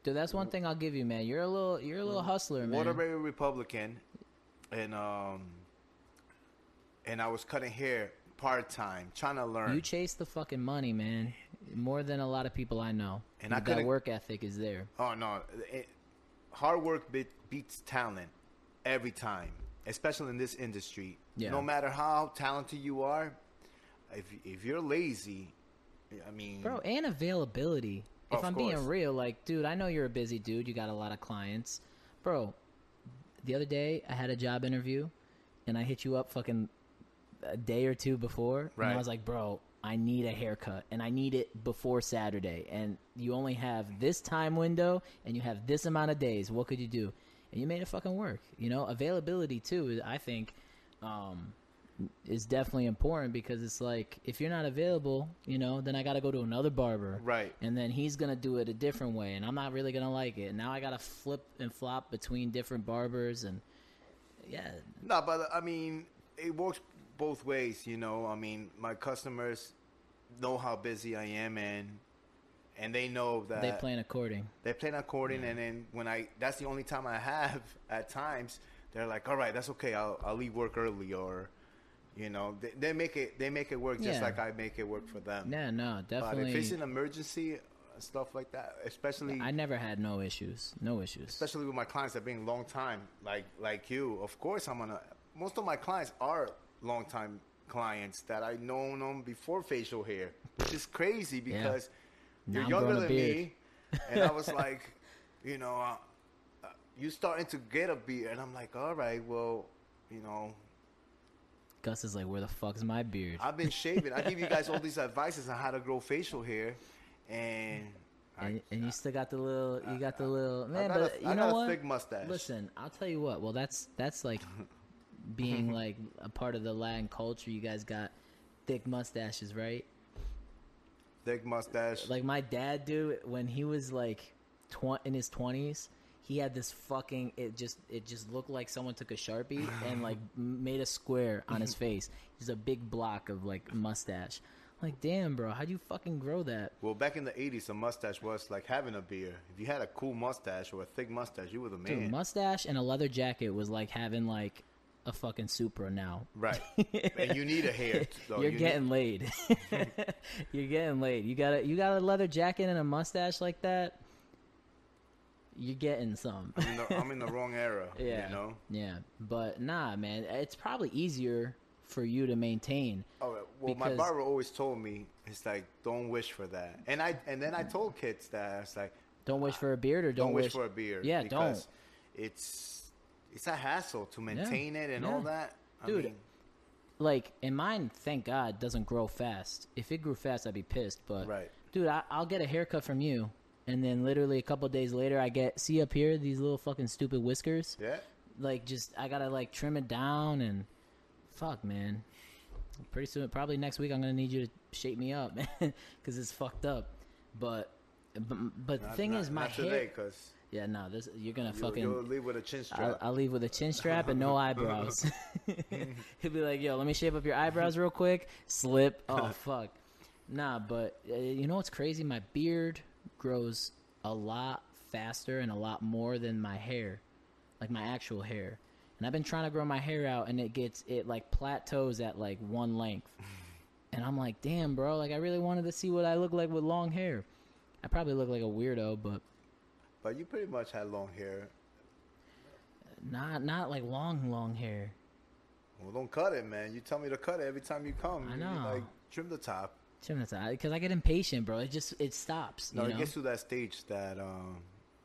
Speaker 1: Dude, that's one thing I'll give you, man. You're a little you're a
Speaker 2: Mm.
Speaker 1: little hustler, man.
Speaker 2: Waterbury Republican, and um, and I was cutting hair part time, trying to learn.
Speaker 1: You chase the fucking money, man. More than a lot of people I know.
Speaker 2: And I
Speaker 1: that
Speaker 2: couldn't-
Speaker 1: work ethic is there.
Speaker 2: Oh no, it, hard work be- beats talent every time, especially in this industry.
Speaker 1: Yeah.
Speaker 2: No matter how talented you are, if if you're lazy, I mean,
Speaker 1: Bro, and availability. If
Speaker 2: Mm. Of
Speaker 1: I'm
Speaker 2: course.
Speaker 1: being real, like, dude, I know you're a busy dude. You got a lot of clients. Bro, the other day I had a job interview and I hit you up fucking a day or two before. And I
Speaker 2: Right.
Speaker 1: was like, bro, I need a haircut and I need it before Saturday. And you only have this time window and you have this amount of days. What could you do? And you made it fucking work. You know, availability too, I think. Um, is definitely important because it's like if you're not available, you know, then I got to go to another barber.
Speaker 2: Right.
Speaker 1: And then he's going to do it a different way and I'm not really going to like it. And now I got to flip and flop between different barbers and yeah,
Speaker 2: no, but I mean, it works both ways. You know, I mean, my customers know how busy I am, and and they know that
Speaker 1: they plan according.
Speaker 2: They play an accordion, and then when I, that's the only time I have at times, they're like, all right, that's okay. I'll, I'll leave work early or, you know, they, they make it, they make it work just
Speaker 1: Yeah.
Speaker 2: like I make it work for them.
Speaker 1: Yeah, no,
Speaker 2: but if it's
Speaker 1: definitely.
Speaker 2: an emergency, uh, stuff like that, especially,
Speaker 1: I never had no issues. No issues.
Speaker 2: especially with my clients that being long time, like, like you, of course I'm going to, most of my clients are long time clients that I known them before facial hair, which is crazy because
Speaker 1: Now
Speaker 2: you're
Speaker 1: I'm
Speaker 2: younger
Speaker 1: growing a
Speaker 2: than me, and I was like, you know, uh, uh, you starting to get a beard, and I'm like, all right, well, you know,
Speaker 1: Gus is like, where the fuck's my beard?
Speaker 2: I've been shaving. I give you guys all these advices on how to grow facial hair, and I,
Speaker 1: and, and you still got the little, you got the little man.
Speaker 2: got a-
Speaker 1: but
Speaker 2: I
Speaker 1: you know
Speaker 2: got a
Speaker 1: what?
Speaker 2: thick mustache.
Speaker 1: Listen, I'll tell you what. Well, that's that's like being like a part of the Latin culture. You guys got thick mustaches, right?
Speaker 2: Thick mustache.
Speaker 1: Like my dad, dude, when he was like tw- in his twenties, he had this fucking. It just it just looked like someone took a sharpie and like m- made a square on his face. Just a big block of like mustache. I'm like, damn, bro, how do you fucking grow that?
Speaker 2: Well, back in the '80s, a mustache was like having a beer. If you had a cool mustache or a thick mustache, you were the man.
Speaker 1: Dude, mustache and a leather jacket was like having like a fucking Supra now.
Speaker 2: right. and you need a hair. Though.
Speaker 1: You're
Speaker 2: You need-
Speaker 1: getting laid. You're getting laid. You got a you got a leather jacket and a mustache like that. You're getting some.
Speaker 2: I'm in the, I'm in the wrong era.
Speaker 1: yeah.
Speaker 2: You know.
Speaker 1: Yeah. But nah, man, it's probably easier for you to maintain.
Speaker 2: Oh well, my
Speaker 1: Because-
Speaker 2: barber always told me it's like don't wish for that, and I and then I told kids that it's like
Speaker 1: Don't wish for a beard or
Speaker 2: don't,
Speaker 1: don't,
Speaker 2: wish, for a beard.
Speaker 1: Yeah,
Speaker 2: because It's it's a hassle to maintain it and all
Speaker 1: yeah.
Speaker 2: that. I
Speaker 1: Dude,
Speaker 2: mean,
Speaker 1: don't. Like, and mine, thank God, doesn't grow fast. If it grew fast, I'd be pissed. But
Speaker 2: Right.
Speaker 1: dude, I, I'll get a haircut from you, and then literally a couple days later, I get see up here these little fucking stupid whiskers.
Speaker 2: yeah.
Speaker 1: like just I gotta like trim it down and fuck man. Pretty soon, probably next week, I'm gonna need you to shape me up, man, because it's fucked up. But but, but the
Speaker 2: Not-
Speaker 1: thing
Speaker 2: not-
Speaker 1: is, my
Speaker 2: not
Speaker 1: hair.
Speaker 2: today because
Speaker 1: Yeah, no, this you're gonna
Speaker 2: you'll,
Speaker 1: fucking.
Speaker 2: you'll leave with a chin
Speaker 1: I'll,
Speaker 2: strap.
Speaker 1: I'll leave with a chin strap and no eyebrows. He'll be like, "Yo, let me shape up your eyebrows real quick." Slip. Oh fuck. Nah, but uh, you know what's crazy? My beard grows a lot faster and a lot more than my hair, like my actual hair. And I've been trying to grow my hair out, and it gets it like plateaus at like one length. And I'm like, damn, bro. Like I really wanted to see what I look like with long hair. I probably look like a weirdo, but
Speaker 2: but you pretty much had long hair.
Speaker 1: not not like long, long hair.
Speaker 2: Well, don't cut it, man. You tell me to cut it every time you come.
Speaker 1: I
Speaker 2: You,
Speaker 1: know.
Speaker 2: Like trim the top.
Speaker 1: because I get impatient, bro. It just it stops.
Speaker 2: No,
Speaker 1: you
Speaker 2: it
Speaker 1: know?
Speaker 2: gets to that stage that um,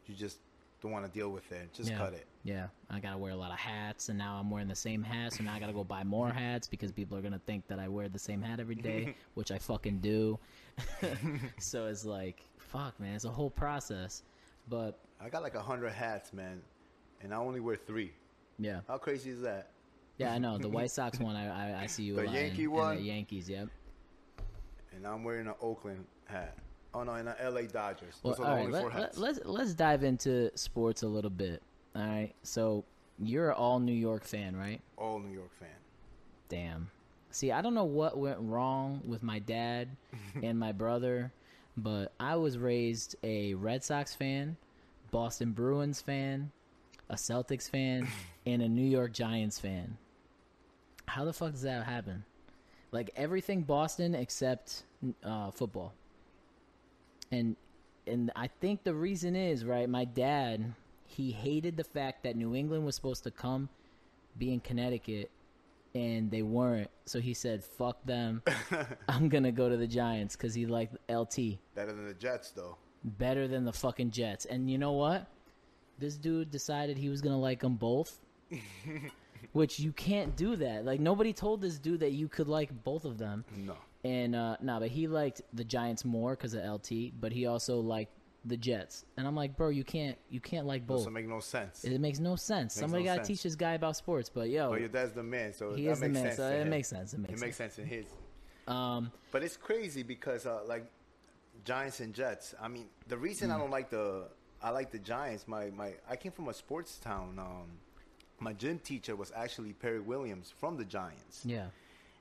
Speaker 2: you just don't want to deal with it. Just
Speaker 1: yeah.
Speaker 2: cut it.
Speaker 1: Yeah, I gotta wear a lot of hats, and now I'm wearing the same hat, so now I gotta go buy more hats because people are gonna think that I wear the same hat every day, which I fucking do. so it's like, fuck, man, it's a whole process. But
Speaker 2: I got like a hundred hats, man, and I only wear three.
Speaker 1: yeah,
Speaker 2: How crazy is that?
Speaker 1: yeah, I know the White Sox one. I I, I see you
Speaker 2: The
Speaker 1: a lot in-
Speaker 2: Yankee
Speaker 1: in
Speaker 2: one?
Speaker 1: the Yankees. Yep.
Speaker 2: And I'm wearing an Oakland hat. Oh no, and an LA Dodgers.
Speaker 1: Well, all
Speaker 2: Those are the
Speaker 1: right,
Speaker 2: only
Speaker 1: let,
Speaker 2: four hats.
Speaker 1: let, let's let's dive into sports a little bit. All right, so you're an all New York fan, right?
Speaker 2: All New York fan.
Speaker 1: Damn. See, I don't know what went wrong with my dad and my brother, but I was raised a Red Sox fan, Boston Bruins fan, a Celtics fan, and a New York Giants fan. How the fuck does that happen? Like everything Boston except uh, football. And and I think the reason is, right, my dad, he hated the fact that New England was supposed to come be in Connecticut and they weren't. So he said, "Fuck them. I'm gonna go to the Giants because he liked LT
Speaker 2: Better than the Jets, though.
Speaker 1: better than the fucking Jets." And you know what? This dude decided he was gonna like them both, which you can't do that. Like nobody told this dude that you could like both of them.
Speaker 2: No.
Speaker 1: And uh, nah, but he liked the Giants more because of LT, but he also liked the Jets. And I'm like, bro, you can't you can't like both.
Speaker 2: Doesn't make no sense.
Speaker 1: It makes no sense. Somebody
Speaker 2: no
Speaker 1: gotta
Speaker 2: sense.
Speaker 1: teach this guy about sports. But yo,
Speaker 2: But your dad's the man, so
Speaker 1: he
Speaker 2: that
Speaker 1: is the
Speaker 2: makes
Speaker 1: man.
Speaker 2: sense
Speaker 1: So
Speaker 2: to
Speaker 1: it
Speaker 2: him.
Speaker 1: makes sense. It makes
Speaker 2: It
Speaker 1: sense.
Speaker 2: makes sense in his.
Speaker 1: Um,
Speaker 2: But it's crazy because uh, like Giants and Jets. I mean, the reason
Speaker 1: Hmm.
Speaker 2: I don't like the I like the Giants. My my I came from a sports town. Um, my gym teacher was actually Perry Williams from the Giants,
Speaker 1: yeah.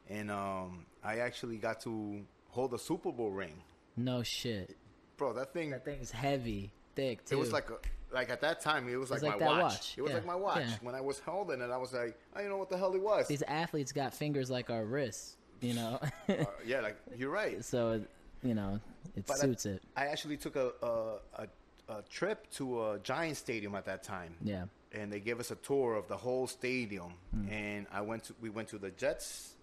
Speaker 2: and um, I actually got to hold a Super Bowl ring.
Speaker 1: No shit.
Speaker 2: Bro, that thing.
Speaker 1: That thing's heavy, thick too.
Speaker 2: It was like a, like at that time it was like,
Speaker 1: like
Speaker 2: my
Speaker 1: that
Speaker 2: watch.
Speaker 1: watch.
Speaker 2: It was
Speaker 1: Yeah.
Speaker 2: like my watch.
Speaker 1: Yeah.
Speaker 2: When I was holding it, I was like, I don't know what the hell it was.
Speaker 1: these athletes got fingers like our wrists, you know.
Speaker 2: Uh, yeah, like you're right.
Speaker 1: so, you know, it
Speaker 2: But I-
Speaker 1: suits it.
Speaker 2: I actually took a a, a a trip to a Giant Stadium at that time.
Speaker 1: Yeah. Hmm.
Speaker 2: And they gave us a tour of the whole stadium. And I went to we went to the Jets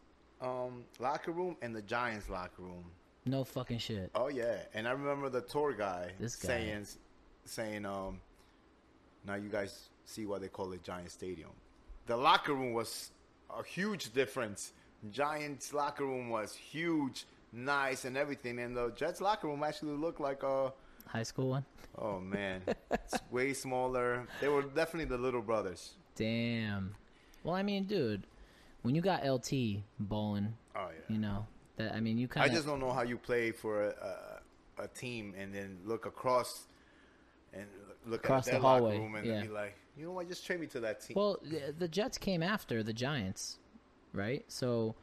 Speaker 2: um, locker room and the Giants locker room.
Speaker 1: No fucking shit.
Speaker 2: Oh yeah. And I remember the tour guy,
Speaker 1: This guy.
Speaker 2: saying saying um now you guys see why they call it Giant Stadium. The locker room was a huge difference. Giants locker room was huge, nice and everything and the Jets locker room actually looked like a
Speaker 1: High school one.
Speaker 2: Oh man, it's way smaller. They were definitely the little brothers.
Speaker 1: Damn. Well, I mean, dude, when you got LT balling,
Speaker 2: Oh
Speaker 1: you know, That I mean, you
Speaker 2: I
Speaker 1: kind
Speaker 2: just
Speaker 1: of
Speaker 2: don't know how you play for a, a, a team and then look across and look
Speaker 1: Across the
Speaker 2: at their
Speaker 1: hallway,
Speaker 2: locker room and
Speaker 1: yeah.
Speaker 2: be like, you know what, just trade me to that team.
Speaker 1: well, the, the Jets came after the Giants, right? So,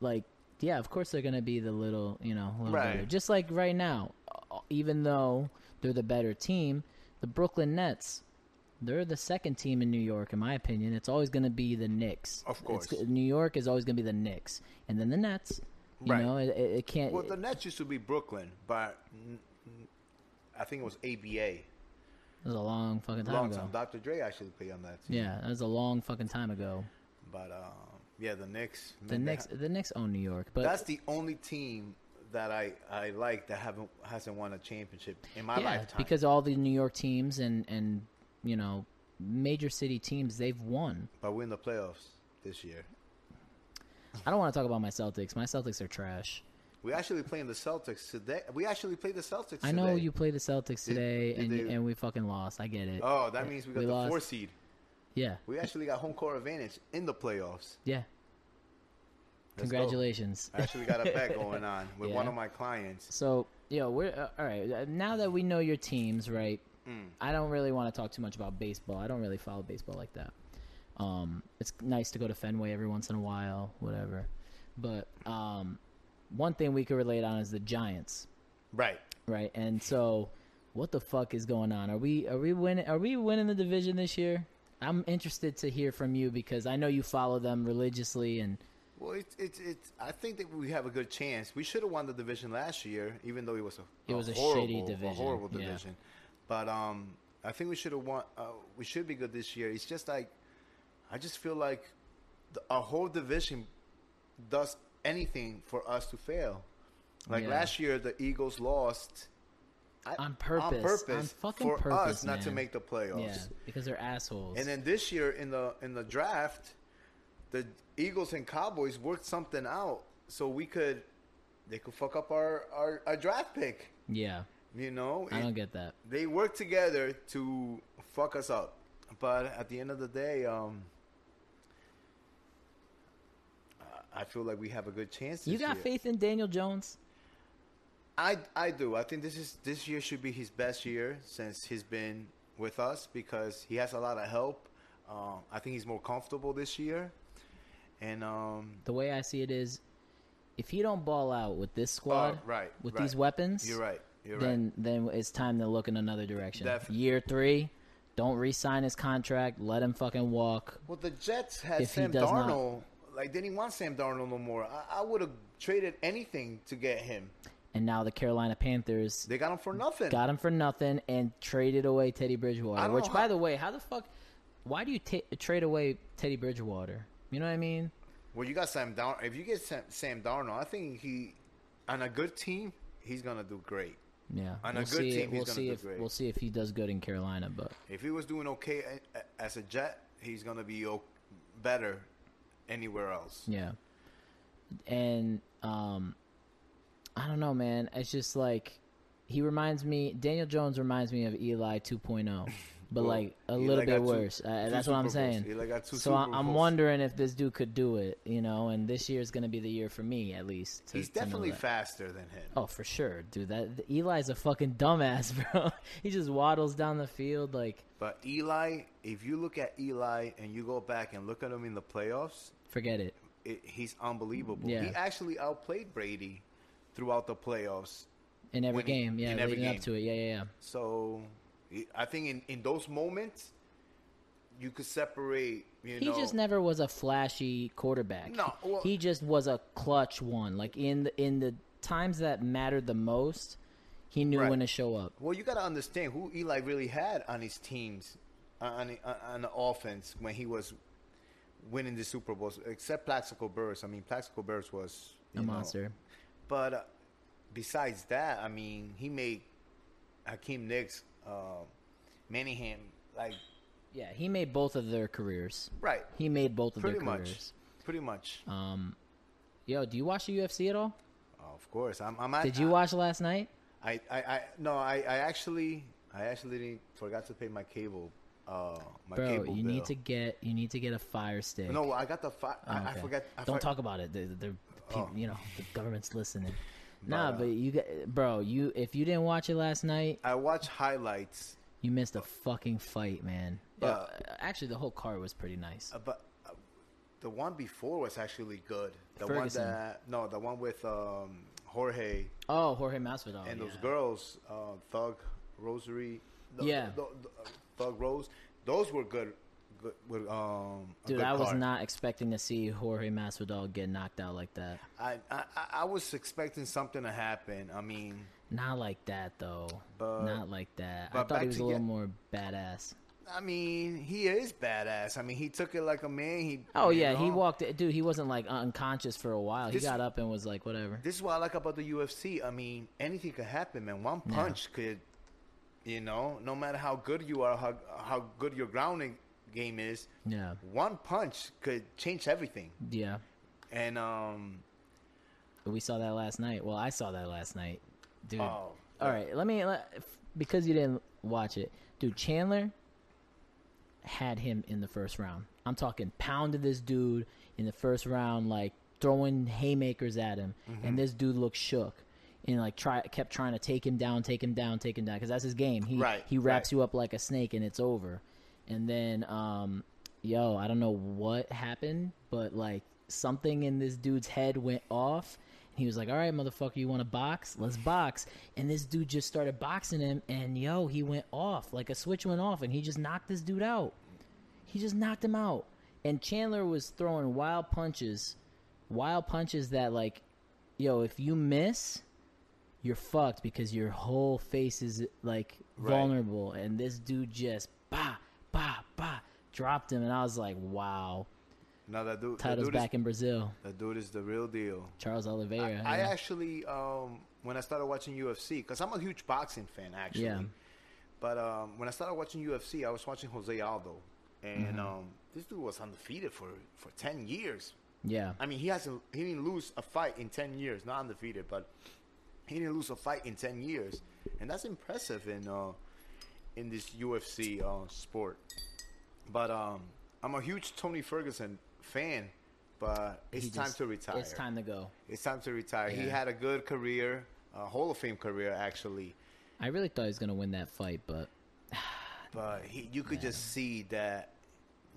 Speaker 1: like, yeah, of course they're gonna be the little, you know, little
Speaker 2: Right.
Speaker 1: better. Just like right now, uh, even though they're the better team, the Brooklyn Nets. They're the second team in New York, in my opinion. It's always going to be the Knicks.
Speaker 2: Of
Speaker 1: It's-
Speaker 2: course.
Speaker 1: New York is always going to be the Knicks, and then the Nets. You
Speaker 2: Right.
Speaker 1: know, it, it, it can't.
Speaker 2: Well, the Nets used to be Brooklyn, but mm, mm, I think it was ABA.
Speaker 1: it was a long fucking time
Speaker 2: Long
Speaker 1: ago.
Speaker 2: time. Dr. Dre actually played on that team.
Speaker 1: Yeah, that was a long fucking time ago.
Speaker 2: But um, yeah, the Knicks.
Speaker 1: The
Speaker 2: man, they
Speaker 1: Knicks,
Speaker 2: ha-
Speaker 1: the Knicks own New York, but
Speaker 2: that's the only team that I, I like that haven't hasn't won a championship in my
Speaker 1: yeah,
Speaker 2: lifetime.
Speaker 1: because all the New York teams and and you know major city teams they've won.
Speaker 2: but we're in the playoffs this year.
Speaker 1: I don't want to talk about my Celtics. My Celtics are trash.
Speaker 2: We actually playing the Celtics today. We actually played the Celtics.
Speaker 1: I know
Speaker 2: today.
Speaker 1: you play the Celtics today,
Speaker 2: did
Speaker 1: and
Speaker 2: they-
Speaker 1: and we fucking lost. I get it.
Speaker 2: Oh, that means we got
Speaker 1: We
Speaker 2: the
Speaker 1: lost.
Speaker 2: four seed.
Speaker 1: yeah,
Speaker 2: We actually got home court advantage in the playoffs.
Speaker 1: yeah.
Speaker 2: Let's go.
Speaker 1: Congratulations.
Speaker 2: I actually got a bet going on with one
Speaker 1: Yeah.
Speaker 2: of my clients.
Speaker 1: So, yo, we're uh, all right. uh, Now that we know your teams, right?
Speaker 2: Mm.
Speaker 1: I don't really want to talk too much about baseball. I don't really follow baseball like that. Um, it's nice to go to Fenway every once in a while, whatever. But um, one thing we could relate on is the Giants,
Speaker 2: Right.
Speaker 1: right? And so, what the fuck is going on? Are we are we winning? Are we winning the division this year? I'm interested to hear from you because I know you follow them religiously, and
Speaker 2: Well, it's it's it's. I think that we have a good chance. We should have won the division last year, even though it was a
Speaker 1: It was a shitty
Speaker 2: horrible,
Speaker 1: division,
Speaker 2: horrible
Speaker 1: yeah.
Speaker 2: division. But um, I think we should have won. Uh, we should be good this year. It's just like, I just feel like the, our whole division does anything for us to fail. Like
Speaker 1: Yeah.
Speaker 2: last year, the Eagles lost I-
Speaker 1: On purpose.
Speaker 2: On purpose,
Speaker 1: On fucking
Speaker 2: for
Speaker 1: purpose,
Speaker 2: us not to
Speaker 1: man.
Speaker 2: make the playoffs.
Speaker 1: yeah, because they're assholes.
Speaker 2: Oh, And then this year in the in the draft, the Eagles and Cowboys worked something out so we could they could fuck up our our, our draft pick.
Speaker 1: yeah,
Speaker 2: You know,
Speaker 1: I
Speaker 2: It-
Speaker 1: don't get that.
Speaker 2: they worked together to fuck us up. But at the end of the day, um, I- I feel like we have a good chance. This
Speaker 1: You got
Speaker 2: year.
Speaker 1: faith in Daniel Jones?
Speaker 2: I I do. I think this is this year should be his best year since he's been with us because he has a lot of help. Um, I think he's more comfortable this year, and um,
Speaker 1: The way I see it is, if he don't ball out with this squad,
Speaker 2: Oh, right,
Speaker 1: with
Speaker 2: right.
Speaker 1: these weapons,
Speaker 2: you're right. You're right.
Speaker 1: then then it's time to look in another direction.
Speaker 2: Def-
Speaker 1: Year three, don't re-sign his contract. Let him fucking walk.
Speaker 2: Well, the Jets had
Speaker 1: if he
Speaker 2: Sam
Speaker 1: does not-
Speaker 2: Darnold. Like they didn't want Sam Darnold no more. I, I would have traded anything to get him.
Speaker 1: And now the Carolina Panthers
Speaker 2: They got him for nothing.
Speaker 1: got him for nothing and traded away Teddy
Speaker 2: I
Speaker 1: Bridgewater.
Speaker 2: don't
Speaker 1: Which,
Speaker 2: know
Speaker 1: by
Speaker 2: how-
Speaker 1: the way, how the fuck? Why do you ta trade away Teddy Bridgewater? You know what I mean?
Speaker 2: Well, you got Sam Darnold. If you get Sam, Sam Darnold, I think he on a good team, he's gonna do great.
Speaker 1: Yeah,
Speaker 2: On a
Speaker 1: we'll
Speaker 2: good
Speaker 1: see.
Speaker 2: team, he's
Speaker 1: we'll
Speaker 2: gonna
Speaker 1: see
Speaker 2: do
Speaker 1: if
Speaker 2: great.
Speaker 1: we'll see if he does good in Carolina, but.
Speaker 2: If he was doing okay a- a- as a Jet, he's gonna be o- better anywhere else.
Speaker 1: Yeah. And um I don't know, man. It's just like he reminds me Daniel Jones reminds me of Eli 2.0, but
Speaker 2: Well,
Speaker 1: like a
Speaker 2: Eli
Speaker 1: little
Speaker 2: got
Speaker 1: bit
Speaker 2: two-
Speaker 1: worse. uh,
Speaker 2: two
Speaker 1: that's what I'm
Speaker 2: Super Bowls.
Speaker 1: saying.
Speaker 2: Eli got two
Speaker 1: so I,
Speaker 2: Super
Speaker 1: I'm
Speaker 2: Bowls.
Speaker 1: wondering if this dude could do it, you know, and this year is going to be the year for me at least. to-
Speaker 2: He's
Speaker 1: to know
Speaker 2: definitely
Speaker 1: that.
Speaker 2: faster than him.
Speaker 1: Oh, for sure, dude. That th- Eli's a fucking dumbass, bro. he just waddles down the field like
Speaker 2: But Eli, if you look at Eli and you go back and look at him in the playoffs,
Speaker 1: forget it.
Speaker 2: it, he's unbelievable.
Speaker 1: Yeah.
Speaker 2: He actually outplayed Brady throughout the playoffs.
Speaker 1: In every
Speaker 2: When he-
Speaker 1: game, yeah,
Speaker 2: in every
Speaker 1: leading
Speaker 2: game.
Speaker 1: up to it. Yeah, yeah, yeah.
Speaker 2: So he- I think in, in those moments, you could separate. You
Speaker 1: He
Speaker 2: know,
Speaker 1: just never was a flashy quarterback.
Speaker 2: No, well-
Speaker 1: he just was a clutch one. Like in the in the times that mattered the most, he knew
Speaker 2: Right.
Speaker 1: when to show up.
Speaker 2: Well, you got to understand who Eli really had on his teams, on on- on the offense when he was winning the Super Bowls, except Plaxico Burris. I mean, Plaxico Burris was
Speaker 1: A
Speaker 2: you know,
Speaker 1: monster.
Speaker 2: But uh, besides that, I mean, he made Hakeem Nicks, um, Manningham, like
Speaker 1: Yeah, he made both of their careers.
Speaker 2: right,
Speaker 1: He made both of
Speaker 2: pretty
Speaker 1: their
Speaker 2: much,
Speaker 1: careers.
Speaker 2: pretty much.
Speaker 1: Um, yo, do you watch the UFC at all?
Speaker 2: Uh, of course, I'm. I'm at,
Speaker 1: Did you watch last night?
Speaker 2: I, I, I no, I, I actually, I actually didn't, forgot to pay my cable uh, my
Speaker 1: Bro,
Speaker 2: cable
Speaker 1: you
Speaker 2: bill.
Speaker 1: need to get you need to get a fire stick.
Speaker 2: No, I got the. Fi- I, I
Speaker 1: Okay.
Speaker 2: forget. I
Speaker 1: Don't
Speaker 2: for-
Speaker 1: talk about it. They're, they're peop-
Speaker 2: Oh.
Speaker 1: you know the government's listening.
Speaker 2: Bro,
Speaker 1: nah,
Speaker 2: no.
Speaker 1: but you got, bro, you if you didn't watch it last night,
Speaker 2: I watch highlights,
Speaker 1: you missed a fucking fight, man. Yeah,
Speaker 2: Uh,
Speaker 1: actually, the whole card was pretty nice.
Speaker 2: uh, but uh, the one before was actually good. The
Speaker 1: Ferguson.
Speaker 2: one that no, the one with um, Jorge
Speaker 1: Oh, Jorge Masvidal
Speaker 2: and those
Speaker 1: yeah.
Speaker 2: girls, uh, Thug Rosary. the-
Speaker 1: Yeah.
Speaker 2: the- the- uh, Thug Rose. Those were good. Good. Were, um, a
Speaker 1: Dude,
Speaker 2: good
Speaker 1: I was
Speaker 2: card.
Speaker 1: not expecting to see Jorge Masvidal get knocked out like that.
Speaker 2: I, I I- I was expecting something to happen. I mean,
Speaker 1: Not like that though.
Speaker 2: But-
Speaker 1: Not like that. I
Speaker 2: but
Speaker 1: thought he
Speaker 2: back
Speaker 1: was
Speaker 2: to
Speaker 1: a little
Speaker 2: get-
Speaker 1: more badass.
Speaker 2: I mean, he is badass. I mean, he took it like a man. He
Speaker 1: Oh
Speaker 2: you
Speaker 1: yeah, he
Speaker 2: know?
Speaker 1: walked. Dude, he wasn't like unconscious for a while.
Speaker 2: This-
Speaker 1: he got up and was like, whatever.
Speaker 2: This is what I like about the UFC. I mean, anything could happen, man. One punch could, you know, no matter how good you are, how how good your grounding game is,
Speaker 1: Yeah,
Speaker 2: one punch could change everything.
Speaker 1: yeah.
Speaker 2: And um,
Speaker 1: We saw that last night. Well, I saw that last night, dude.
Speaker 2: oh,
Speaker 1: All right, let me let, f- because you didn't watch it, dude. Chandler had him in the first round. I'm talking pounded this dude in the first round, like throwing haymakers at him,
Speaker 2: Mm-hmm.
Speaker 1: and this dude looked shook and like try kept trying to take him down, take him down, take him down because that's his game. He
Speaker 2: Right,
Speaker 1: he wraps
Speaker 2: right.
Speaker 1: you up like a snake and it's over. And then um, yo, I don't know what happened, but like something in this dude's head went off. He was like, "All right, motherfucker, you want to box? Let's box." And this dude just started boxing him, and yo, he went off like a switch went off, and he just knocked this dude out. He just knocked him out. And Chandler was throwing wild punches, wild punches that like, yo, if you miss, you're fucked because your whole face is like
Speaker 2: Right.
Speaker 1: vulnerable. And this dude just bah bah bah dropped him, and I was like, wow,
Speaker 2: no, that dude, that
Speaker 1: titles
Speaker 2: dude, is,
Speaker 1: back in Brazil,
Speaker 2: that dude is the real deal.
Speaker 1: Charles Oliveira.
Speaker 2: I
Speaker 1: yeah.
Speaker 2: actually, um, when I started watching UFC, because I'm a huge boxing fan, actually.
Speaker 1: Yeah.
Speaker 2: But um, when I started watching UFC, I was watching Jose Aldo, and
Speaker 1: Mm-hmm.
Speaker 2: um, this dude was undefeated for for ten years.
Speaker 1: yeah,
Speaker 2: I mean, he hasn't he didn't lose a fight in ten years, not undefeated, but he didn't lose a fight in ten years, and that's impressive in uh, in this UFC uh, sport. But um, I'm a huge Tony Ferguson fan, but it's
Speaker 1: He
Speaker 2: time
Speaker 1: just-
Speaker 2: to retire.
Speaker 1: It's time to go.
Speaker 2: It's time to retire. He
Speaker 1: Yeah.
Speaker 2: had a good career, a Hall of Fame career actually,
Speaker 1: I really thought he was gonna win that fight, but
Speaker 2: but he, you could just see that,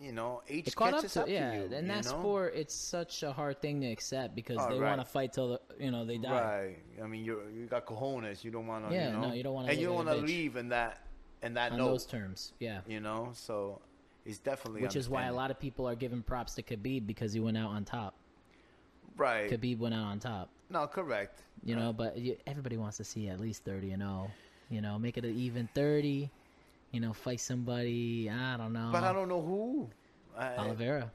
Speaker 2: you know, age
Speaker 1: it caught up
Speaker 2: catches
Speaker 1: to yeah.
Speaker 2: you.
Speaker 1: and
Speaker 2: you
Speaker 1: that
Speaker 2: know?
Speaker 1: sport, it's such a hard thing to accept because
Speaker 2: Oh,
Speaker 1: they
Speaker 2: right.
Speaker 1: want to fight till the, you know they die.
Speaker 2: right? I mean, you you got cojones. You don't want to,
Speaker 1: Yeah,
Speaker 2: you know,
Speaker 1: no, you don't wanna
Speaker 2: and you
Speaker 1: look
Speaker 2: don't
Speaker 1: like a
Speaker 2: want to
Speaker 1: bitch.
Speaker 2: leave in that in that
Speaker 1: on
Speaker 2: note,
Speaker 1: those terms. Yeah.
Speaker 2: you know. So it's definitely
Speaker 1: Which is why a
Speaker 2: understandable.
Speaker 1: lot of people are giving props to Khabib because he went out on top.
Speaker 2: right?
Speaker 1: Khabib went out on top,
Speaker 2: No, correct.
Speaker 1: you know, but you, everybody wants to see at least 30 and 0, you know, make it an even 30, you know, fight somebody, I don't know.
Speaker 2: But I don't know who. I-
Speaker 1: Oliveira.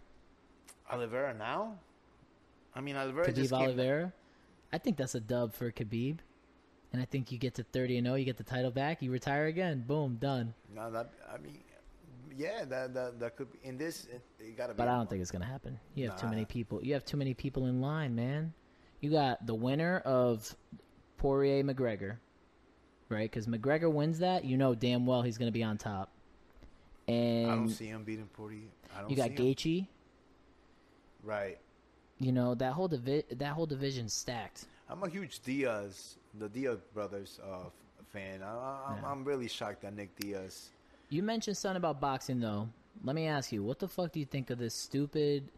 Speaker 2: Oliveira now. I mean, Oliveira just
Speaker 1: Khabib
Speaker 2: came-
Speaker 1: Oliveira. I think that's a dub for Khabib. And I think you get to 30 and 0, you get the title back, you retire again, boom, done.
Speaker 2: No, that I mean, yeah, that that, that could be in this. It, it gotta be.
Speaker 1: But I don't think it's gonna happen. You have too
Speaker 2: Nah.
Speaker 1: many people. You have too many people in line, man. You got the winner of Poirier McGregor, right? Because McGregor wins that, you know damn well he's gonna be on top.
Speaker 2: I don't
Speaker 1: And
Speaker 2: see him beating Porty. I don't
Speaker 1: you got
Speaker 2: see him.
Speaker 1: Gaethje.
Speaker 2: Right.
Speaker 1: You know that whole divi- that whole division's stacked.
Speaker 2: I'm a huge Diaz, the Diaz brothers uh, f- fan. I, I, I'm,
Speaker 1: Yeah.
Speaker 2: I'm really shocked that Nick Diaz.
Speaker 1: You mentioned something about boxing though. Let me ask you, what the fuck do you think of this stupid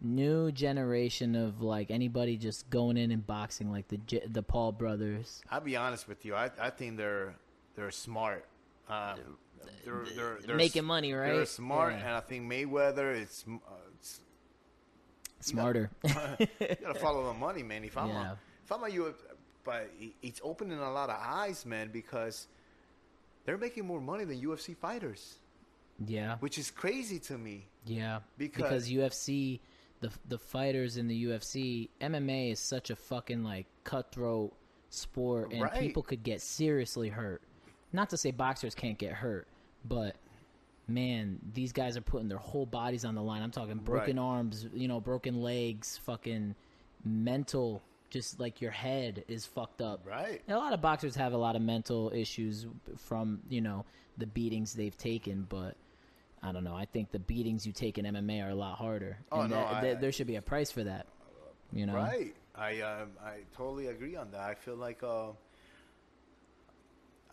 Speaker 1: new generation of like anybody just going in and boxing like the J- the Paul brothers?
Speaker 2: I'll be honest with you. I, I think they're they're smart. Uh, they're, they're, they're
Speaker 1: making
Speaker 2: s-
Speaker 1: money,
Speaker 2: They're
Speaker 1: right?
Speaker 2: smart,
Speaker 1: Yeah.
Speaker 2: and I think Mayweather. It's, uh, it's
Speaker 1: Smarter.
Speaker 2: you gotta follow the money, man. If I'm
Speaker 1: Yeah.
Speaker 2: a, if I'm a U, but it- it's opening a lot of eyes, man, because they're making more money than UFC fighters,
Speaker 1: yeah.
Speaker 2: which is crazy to me.
Speaker 1: Yeah,
Speaker 2: Because-
Speaker 1: UFC, the the fighters in the UFC, MMA is such a fucking like cutthroat sport, and
Speaker 2: Right.
Speaker 1: people could get seriously hurt. Not to say boxers can't get hurt, but man, these guys are putting their whole bodies on the line. I'm talking broken arms, you know, broken legs, fucking mental. Just like your head is fucked up.
Speaker 2: Right.
Speaker 1: And a lot of boxers have a lot of mental issues from you know the beatings they've taken, but I don't know. I think the beatings you take in MMA are a lot harder.
Speaker 2: Oh,
Speaker 1: and
Speaker 2: no,
Speaker 1: that-
Speaker 2: I-
Speaker 1: that- there should be a price for that. You know,
Speaker 2: Right. I um, I totally agree on that. I feel like uh,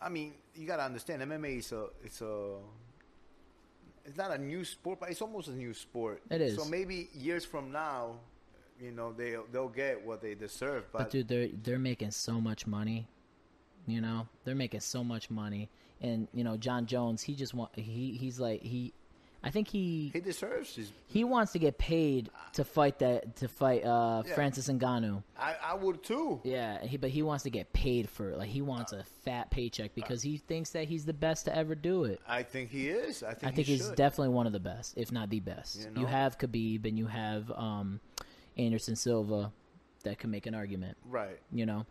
Speaker 2: I mean, you got to understand MMA is a it's a it's not a new sport, but it's almost a new sport.
Speaker 1: It is.
Speaker 2: So maybe years from now, you know, they they'll get what they deserve, but,
Speaker 1: But dude, they're they're making so much money. You know, they're making so much money, and you know, John Jones, he just want he he's like he, I think he
Speaker 2: he deserves his
Speaker 1: he wants to get paid to fight that to fight uh
Speaker 2: Yeah.
Speaker 1: Francis Ngannou.
Speaker 2: I, I would too.
Speaker 1: Yeah, he, but he wants to get paid for it. Like he wants a fat paycheck because he thinks that he's the best to ever do it.
Speaker 2: I think he is. I think,
Speaker 1: I think
Speaker 2: he
Speaker 1: he's
Speaker 2: should.
Speaker 1: definitely one of the best, if not the best.
Speaker 2: You
Speaker 1: You,
Speaker 2: know?
Speaker 1: have Khabib and you have um, Anderson Silva that can make an argument,
Speaker 2: right.
Speaker 1: you know.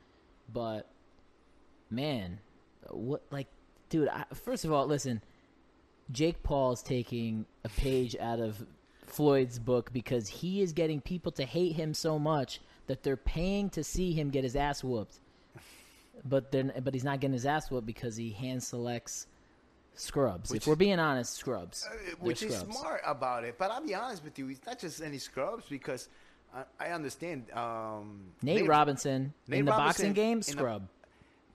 Speaker 1: But man, what like, dude? I, first of all, listen, Jake Paul's taking a page out of Floyd's book because he is getting people to hate him so much that they're paying to see him get his ass whooped. But then, but he's not getting his ass whooped because he hand selects scrubs.
Speaker 2: Which-
Speaker 1: if we're being honest, scrubs,
Speaker 2: Uh,
Speaker 1: They're
Speaker 2: which is
Speaker 1: scrubs.
Speaker 2: smart about it. But I'll be honest with you, it's not just any scrubs because I, I understand. Um,
Speaker 1: Nate, Robinson
Speaker 2: Nate
Speaker 1: in the
Speaker 2: Robinson
Speaker 1: boxing game,
Speaker 2: in the-
Speaker 1: scrub.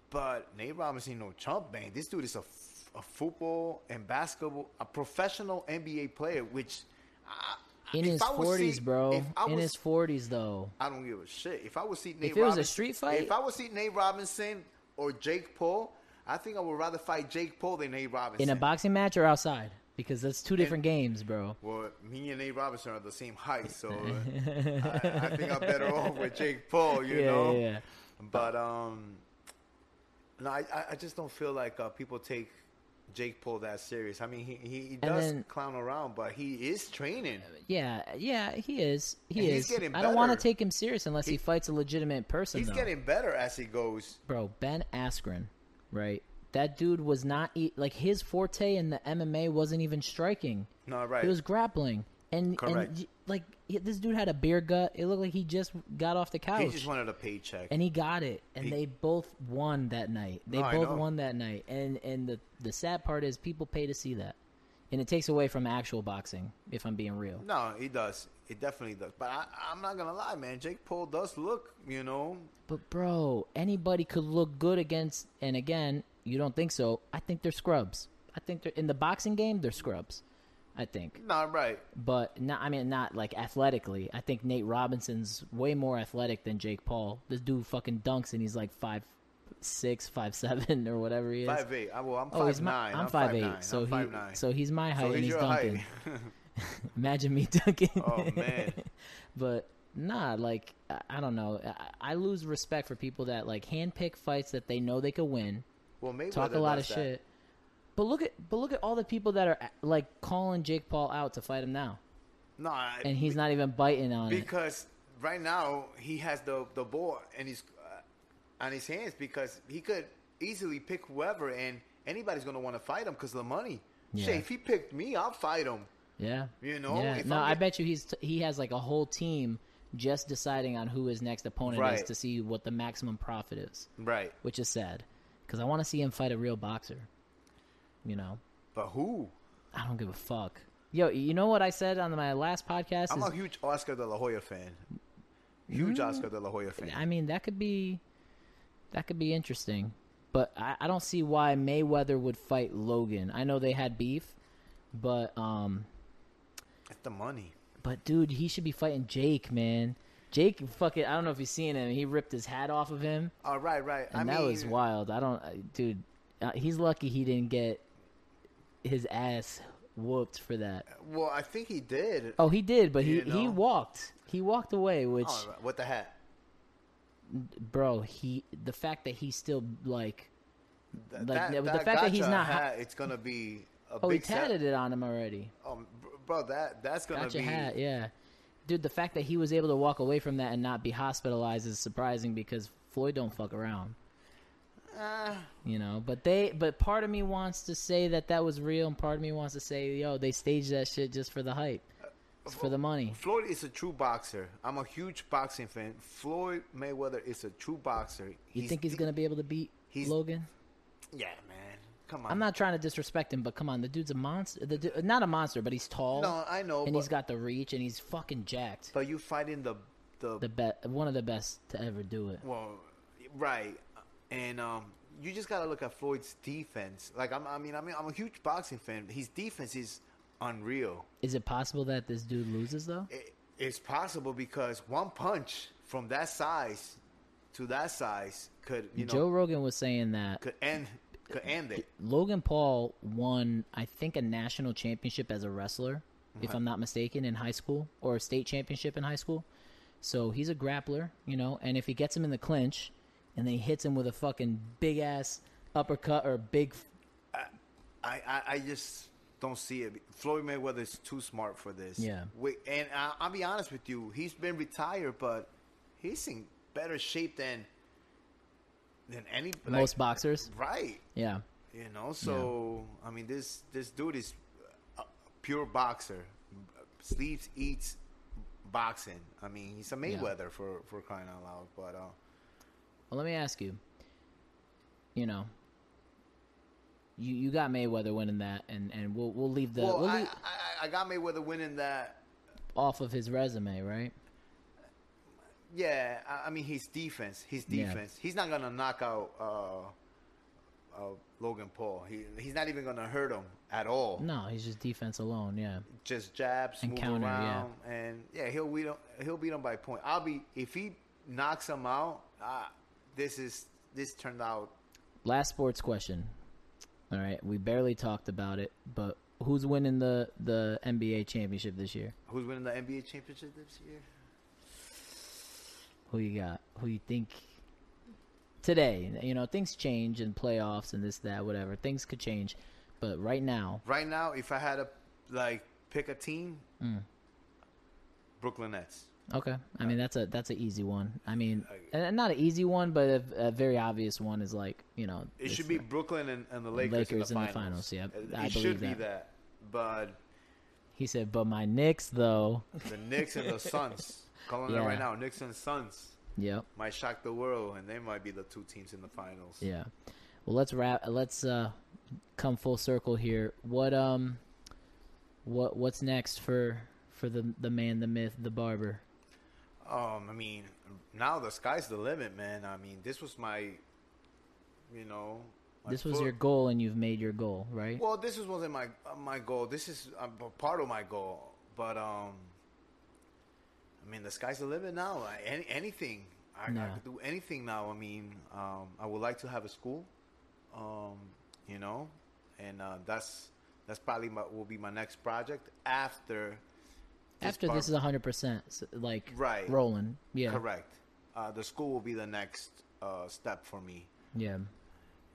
Speaker 2: But Nate Robinson, no chump, man. This dude is a, f- a football and basketball, a professional NBA player, which. I,
Speaker 1: in
Speaker 2: if
Speaker 1: his
Speaker 2: I would
Speaker 1: forties,
Speaker 2: see-
Speaker 1: bro.
Speaker 2: if I
Speaker 1: In
Speaker 2: was-
Speaker 1: his forties, though.
Speaker 2: I don't give a shit. If I would see Nate
Speaker 1: it was a
Speaker 2: Robinson-
Speaker 1: street fight-
Speaker 2: if I would see Nate Robinson or Jake Paul, I think I would rather fight Jake Paul than Nate Robinson.
Speaker 1: In a boxing match or outside, because that's two different games, bro.
Speaker 2: Well, me and Nate Robinson are the same height, so uh, I, I think I'm better off with Jake Paul, you
Speaker 1: Yeah,
Speaker 2: know.
Speaker 1: yeah, yeah.
Speaker 2: But um, no, I, I- I just don't feel like uh, people take Jake Paul that serious. I mean, he he, he does
Speaker 1: then-
Speaker 2: clown around, but he is training.
Speaker 1: Yeah, yeah, he is. He
Speaker 2: And he's
Speaker 1: is.
Speaker 2: getting
Speaker 1: I don't want to
Speaker 2: better.
Speaker 1: take him serious unless he,
Speaker 2: He-
Speaker 1: fights a legitimate person.
Speaker 2: He's
Speaker 1: though.
Speaker 2: getting better as he goes.
Speaker 1: bro. Ben Askren, right? That dude was not e- like his forte in the MMA wasn't even striking.
Speaker 2: No, right.
Speaker 1: He was grappling, and
Speaker 2: Correct.
Speaker 1: and y- like y- this dude had a beer gut. It looked like he just got off the couch.
Speaker 2: He just wanted a paycheck.
Speaker 1: and he got it and
Speaker 2: He-
Speaker 1: they both won that night they
Speaker 2: No, I
Speaker 1: both
Speaker 2: know.
Speaker 1: won that night and and the the sad part is people pay to see that and it takes away from actual boxing if i'm being real
Speaker 2: no, he does. It definitely does. But I, I'm not gonna lie, man. Jake Paul does look, you know,
Speaker 1: but bro anybody could look good against and again you don't think so i think they're scrubs i think they're in the boxing game they're scrubs i think
Speaker 2: not right.
Speaker 1: but not i mean not like athletically i think nate robinson's way more athletic than jake paul this dude fucking dunks and he's like five six five seven or whatever he is
Speaker 2: Five eight. I, well, I'm
Speaker 1: Oh,
Speaker 2: five
Speaker 1: he's my,
Speaker 2: nine.
Speaker 1: I'm,
Speaker 2: I'm
Speaker 1: 5'8",
Speaker 2: five nine.
Speaker 1: so
Speaker 2: I'm
Speaker 1: he,
Speaker 2: five nine.
Speaker 1: so he's my height
Speaker 2: So
Speaker 1: and
Speaker 2: he's
Speaker 1: he's
Speaker 2: your
Speaker 1: dunking.
Speaker 2: height.
Speaker 1: Imagine me dunking.
Speaker 2: oh man.
Speaker 1: but nah, like I, I don't know. I, I lose respect for people that like handpick fights that they know they could win,
Speaker 2: Well, maybe
Speaker 1: talk a lot of shit. But look at but look at all the people that are like calling Jake Paul out to fight him now,
Speaker 2: No, I,
Speaker 1: and he's not even biting on it.
Speaker 2: because right now he has the the ball and he's uh, on his hands because he could easily pick whoever and anybody's gonna want to fight him because of the money. Shit,
Speaker 1: Yeah.
Speaker 2: if he picked me, I'll fight him.
Speaker 1: Yeah,
Speaker 2: You know,
Speaker 1: Yeah.
Speaker 2: if
Speaker 1: No,
Speaker 2: I'm
Speaker 1: I
Speaker 2: get-
Speaker 1: bet you he's t- he has like a whole team just deciding on who his next opponent is
Speaker 2: Right.
Speaker 1: to see what the maximum profit is.
Speaker 2: Right,
Speaker 1: which is sad because I want to see him fight a real boxer. You know,
Speaker 2: but who?
Speaker 1: I don't give a fuck. Yo, you know what I said on my last podcast?
Speaker 2: I'm
Speaker 1: is,
Speaker 2: a huge Oscar De La Hoya fan. Huge Oscar De La Hoya fan.
Speaker 1: I mean, that could be that could be interesting, but I, I don't see why Mayweather would fight Logan. I know they had beef, but um,
Speaker 2: It's the money.
Speaker 1: but dude, he should be fighting Jake, man. Jake, fucking, I don't know if you've seen him. He ripped his hat off of him.
Speaker 2: All Oh, right, right.
Speaker 1: And
Speaker 2: I
Speaker 1: that
Speaker 2: mean,
Speaker 1: was wild. I don't, I- dude. Uh, he's lucky he didn't get his ass whooped for that.
Speaker 2: well, I think he did.
Speaker 1: Oh, he did, but he
Speaker 2: You
Speaker 1: he
Speaker 2: know?
Speaker 1: walked. He walked away, which
Speaker 2: All right, What Oh, the hat?
Speaker 1: bro, he the fact that he still like
Speaker 2: Th-
Speaker 1: Like, the- the fact that he's
Speaker 2: gotcha
Speaker 1: not ha-
Speaker 2: hat, it's gonna be a
Speaker 1: oh he
Speaker 2: big set.
Speaker 1: tatted it on him already.
Speaker 2: Um, br- bro, that that's gonna
Speaker 1: Gotcha
Speaker 2: be
Speaker 1: hat, yeah. Dude, the fact that he was able to walk away from that and not be hospitalized is surprising because Floyd don't fuck around.
Speaker 2: Uh,
Speaker 1: you know but they but part of me wants to say that that was real and part of me wants to say yo they staged that shit just for the hype it's for the money
Speaker 2: Floyd is a true boxer. I'm a huge boxing fan. Floyd Mayweather is a true boxer.
Speaker 1: you think he's
Speaker 2: the-
Speaker 1: gonna be able to beat
Speaker 2: he's-
Speaker 1: logan
Speaker 2: Yeah, man. Come on.
Speaker 1: I'm not trying to disrespect him, but come on, the dude's a monster. The du- not a monster, but he's tall.
Speaker 2: No, I know,
Speaker 1: And
Speaker 2: but-
Speaker 1: he's got the reach, and he's fucking jacked.
Speaker 2: But you fighting the the,
Speaker 1: The be- one of the best to ever do it.
Speaker 2: well, right, and um, you just gotta look at Floyd's defense. Like I'm, I mean, I mean, I'm a huge boxing fan. His defense is unreal.
Speaker 1: Is it possible that this dude loses though?
Speaker 2: It, it's possible because one punch from that size to that size could you know
Speaker 1: Joe Rogan was saying that
Speaker 2: could end could end it.
Speaker 1: Logan Paul won, I think, a national championship as a wrestler, if I'm not mistaken, in high school or a state championship in high school. So he's a grappler, you know, and if he gets him in the clinch and then he hits him with a fucking big ass uppercut or big.
Speaker 2: I, I, I just don't see it. Floyd Mayweather is too smart for this.
Speaker 1: Yeah.
Speaker 2: Wait, and I, I'll be honest with you, he's been retired, but he's in better shape than than any like,
Speaker 1: Most boxers.
Speaker 2: Right.
Speaker 1: Yeah.
Speaker 2: You know, so I mean, this this dude is a a pure boxer. Sleeps, eats, boxing. I mean, he's a Mayweather for for crying out loud. But uh,
Speaker 1: Well, let me ask you. You know, you you got Mayweather winning that, and and we'll we'll leave the
Speaker 2: well,
Speaker 1: we'll
Speaker 2: I,
Speaker 1: leave
Speaker 2: I I got Mayweather winning that.
Speaker 1: off of his resume, right?
Speaker 2: Yeah, I, I mean his defense. His
Speaker 1: Yeah.
Speaker 2: defense. He's not gonna knock out uh, uh, Logan Paul. He he's not even gonna hurt him at all.
Speaker 1: No, he's just defense alone. Yeah.
Speaker 2: Just jabs,
Speaker 1: And
Speaker 2: move
Speaker 1: counter, yeah.
Speaker 2: around, and yeah, he'll beat him. He'll beat him by point. I'll be if he knocks him out. Uh, this is this turned out.
Speaker 1: last sports question. All right, we barely talked about it, but who's winning the the NBA championship this year?
Speaker 2: Who's winning the NBA championship this year?
Speaker 1: Who you got? Who you think today? You know, things change in playoffs and this, that, whatever. Things could change, but right now,
Speaker 2: Right now, if I had to like pick a team,
Speaker 1: Mm.
Speaker 2: Brooklyn Nets.
Speaker 1: okay. I mean, that's a that's an easy one. I mean, and not an easy one, but a, a very obvious one is like you know
Speaker 2: It
Speaker 1: this-
Speaker 2: should be Brooklyn and, and the Lakers,
Speaker 1: Lakers
Speaker 2: in the finals.
Speaker 1: yep.
Speaker 2: It-
Speaker 1: I believe
Speaker 2: it should be
Speaker 1: that.
Speaker 2: that, but.
Speaker 1: He said, but my Knicks though.
Speaker 2: The Knicks and the Suns. Calling
Speaker 1: Yeah.
Speaker 2: it right now. Knicks and Suns
Speaker 1: yep.
Speaker 2: might shock the world, and they might be the two teams in the finals.
Speaker 1: Yeah. Well, let's wrap. Let's uh, come full circle here. What um, what what's next for for the the man, the myth, the barber?
Speaker 2: Um, I mean, now the sky's the limit, man. I mean, this was my, you know, my
Speaker 1: This was
Speaker 2: fir-
Speaker 1: your goal, and you've made your goal, right?
Speaker 2: Well, this is wasn't my uh, my goal. This is uh, p- part of my goal, but um, I mean, the sky's the limit now. I, any, anything I, I
Speaker 1: No.
Speaker 2: could do anything now. I mean, um, I would like to have a school, um, you know, and uh, that's that's probably my, will be my next project after
Speaker 1: After
Speaker 2: bar-
Speaker 1: this is hundred percent like
Speaker 2: Right.
Speaker 1: rolling. Yeah.
Speaker 2: correct. Uh, the school will be the next uh, step for me.
Speaker 1: Yeah.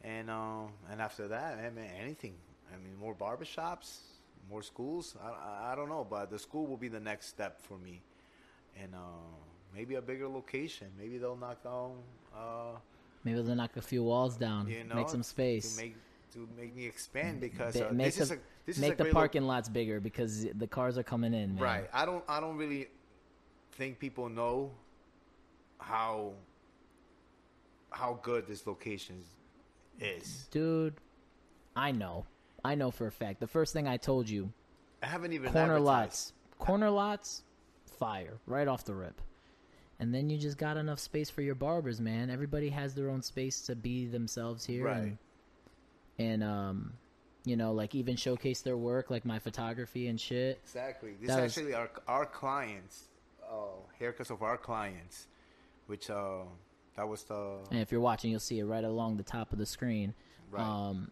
Speaker 2: And um, and after that, man, man, anything. I mean, more barbershops, more schools. I, I, I don't know, but the school will be the next step for me. And uh, maybe a bigger location. Maybe they'll knock down. Uh,
Speaker 1: Maybe they'll knock a few walls down,
Speaker 2: you know,
Speaker 1: make some space,
Speaker 2: to make to make me expand because
Speaker 1: Ba-
Speaker 2: uh,
Speaker 1: make,
Speaker 2: this is
Speaker 1: the,
Speaker 2: a this is
Speaker 1: make
Speaker 2: a
Speaker 1: the
Speaker 2: great lo-
Speaker 1: parking lots bigger because the cars are coming in. Man.
Speaker 2: Right. I don't. I don't really think people know how how good this location is.
Speaker 1: dude. I know. I know for a fact. The first thing I told you
Speaker 2: I haven't even
Speaker 1: corner
Speaker 2: advertised.
Speaker 1: lots corner lots fire right off the rip and then you just got enough space for your barbers man everybody has their own space to be themselves here
Speaker 2: Right.
Speaker 1: and, and um you know like even showcase their work like my photography and shit
Speaker 2: Exactly. This
Speaker 1: That was-
Speaker 2: actually our our clients, uh, haircuts of our clients, which uh, that was the
Speaker 1: and if you're watching you'll see it right along the top of the screen
Speaker 2: Right.
Speaker 1: um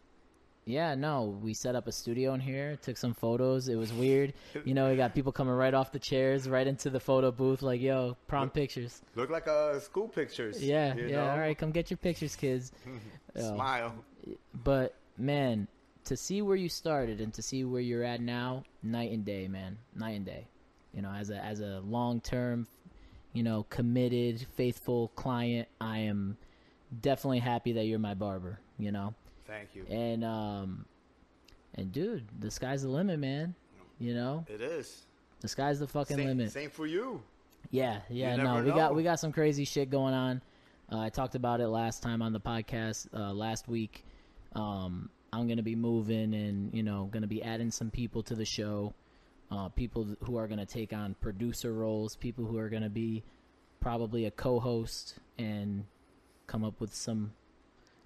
Speaker 1: yeah, no, we set up a studio in here, took some photos. It was weird. You know, we got people coming right off the chairs, right into the photo booth, like, yo, prom pictures.
Speaker 2: look like uh, school pictures.
Speaker 1: Yeah,
Speaker 2: you
Speaker 1: yeah,
Speaker 2: know?
Speaker 1: all right, come get your pictures, kids. Yeah.
Speaker 2: Smile.
Speaker 1: But man, to see where you started and to see where you're at now, night and day, man, night and day. You know, as a as a long term, you know, committed, faithful client, I am definitely happy that you're my barber. You know,
Speaker 2: Thank you.
Speaker 1: and um, and dude, the sky's the limit, man. You know,
Speaker 2: It is.
Speaker 1: the sky's the fucking
Speaker 2: Same,
Speaker 1: limit.
Speaker 2: same for you.
Speaker 1: Yeah, yeah, no,
Speaker 2: never
Speaker 1: we got
Speaker 2: know.
Speaker 1: we got some crazy shit going on. Uh, I talked about it last time on the podcast uh, last week. Um, I'm gonna be moving and you know gonna be adding some people to the show, uh, people th- who are gonna take on producer roles, people who are gonna be probably a co-host and come up with some.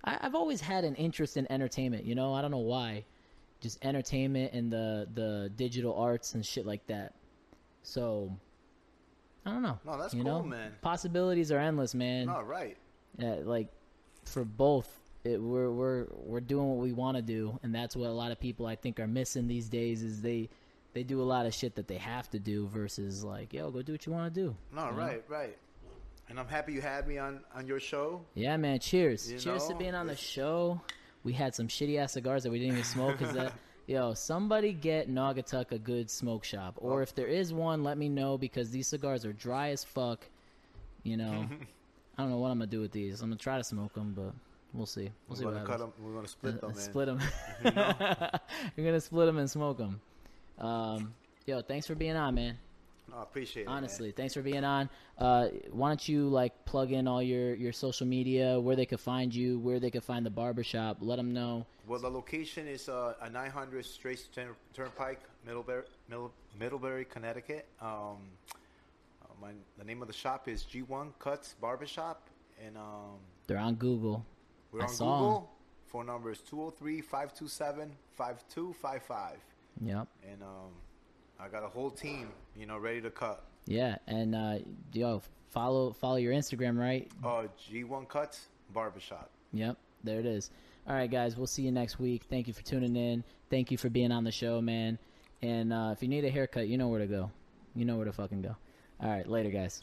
Speaker 1: I, I've always had an interest in entertainment. You know, I don't know why, just entertainment and the the digital arts and shit like that. So. I don't know.
Speaker 2: No, that's
Speaker 1: you
Speaker 2: cool,
Speaker 1: know?
Speaker 2: man.
Speaker 1: Possibilities are endless, man.
Speaker 2: No, right.
Speaker 1: Yeah, like for both, it, we're we're we're doing what we want to do, and that's what a lot of people I think are missing these days is they they do a lot of shit that they have to do versus like, yo, go do what you want to do.
Speaker 2: No,
Speaker 1: you know?
Speaker 2: right, right. And I'm happy you had me on on your show.
Speaker 1: Yeah, man. Cheers.
Speaker 2: You
Speaker 1: cheers to
Speaker 2: know,
Speaker 1: being on the
Speaker 2: it's-
Speaker 1: show. We had some shitty ass cigars that we didn't even smoke. Cause that, yo, somebody get Naugatuck a good smoke shop, or if there is one, let me know because these cigars are dry as fuck. You know, I don't know what I'm gonna do with these. I'm gonna try to smoke them, but we'll see. We'll see
Speaker 2: We're
Speaker 1: what
Speaker 2: gonna
Speaker 1: happens.
Speaker 2: cut 'em- We're gonna split them,
Speaker 1: Uh,
Speaker 2: man.
Speaker 1: Split them. You're gonna split them and smoke them. Um, yo, thanks for being on, man.
Speaker 2: No, I appreciate it. man.
Speaker 1: Honestly, thanks for being on. Uh, why don't you like plug in all your your social media, where they could find you, where they could find the barbershop. Let them know.
Speaker 2: Well, the location is uh, a 900 Straits Turn- Turnpike, Middlebury, Middle- Middlebury Connecticut. Um, uh, my, the name of the shop is G1 Cuts Barbershop, and um,
Speaker 1: They're on Google.
Speaker 2: we're
Speaker 1: I
Speaker 2: on
Speaker 1: saw 'em.
Speaker 2: Google. Phone number is 203-527-5255.
Speaker 1: Yep.
Speaker 2: And um, I got a whole team, you know, ready to cut.
Speaker 1: Yeah, and uh, yo, follow follow your Instagram, right?
Speaker 2: Uh, G1 Cuts Barbershop.
Speaker 1: Yep, there it is. All right, guys, we'll see you next week. Thank you for tuning in. Thank you for being on the show, man. And uh, if you need a haircut, you know where to go. You know where to fucking go. All right, later, guys.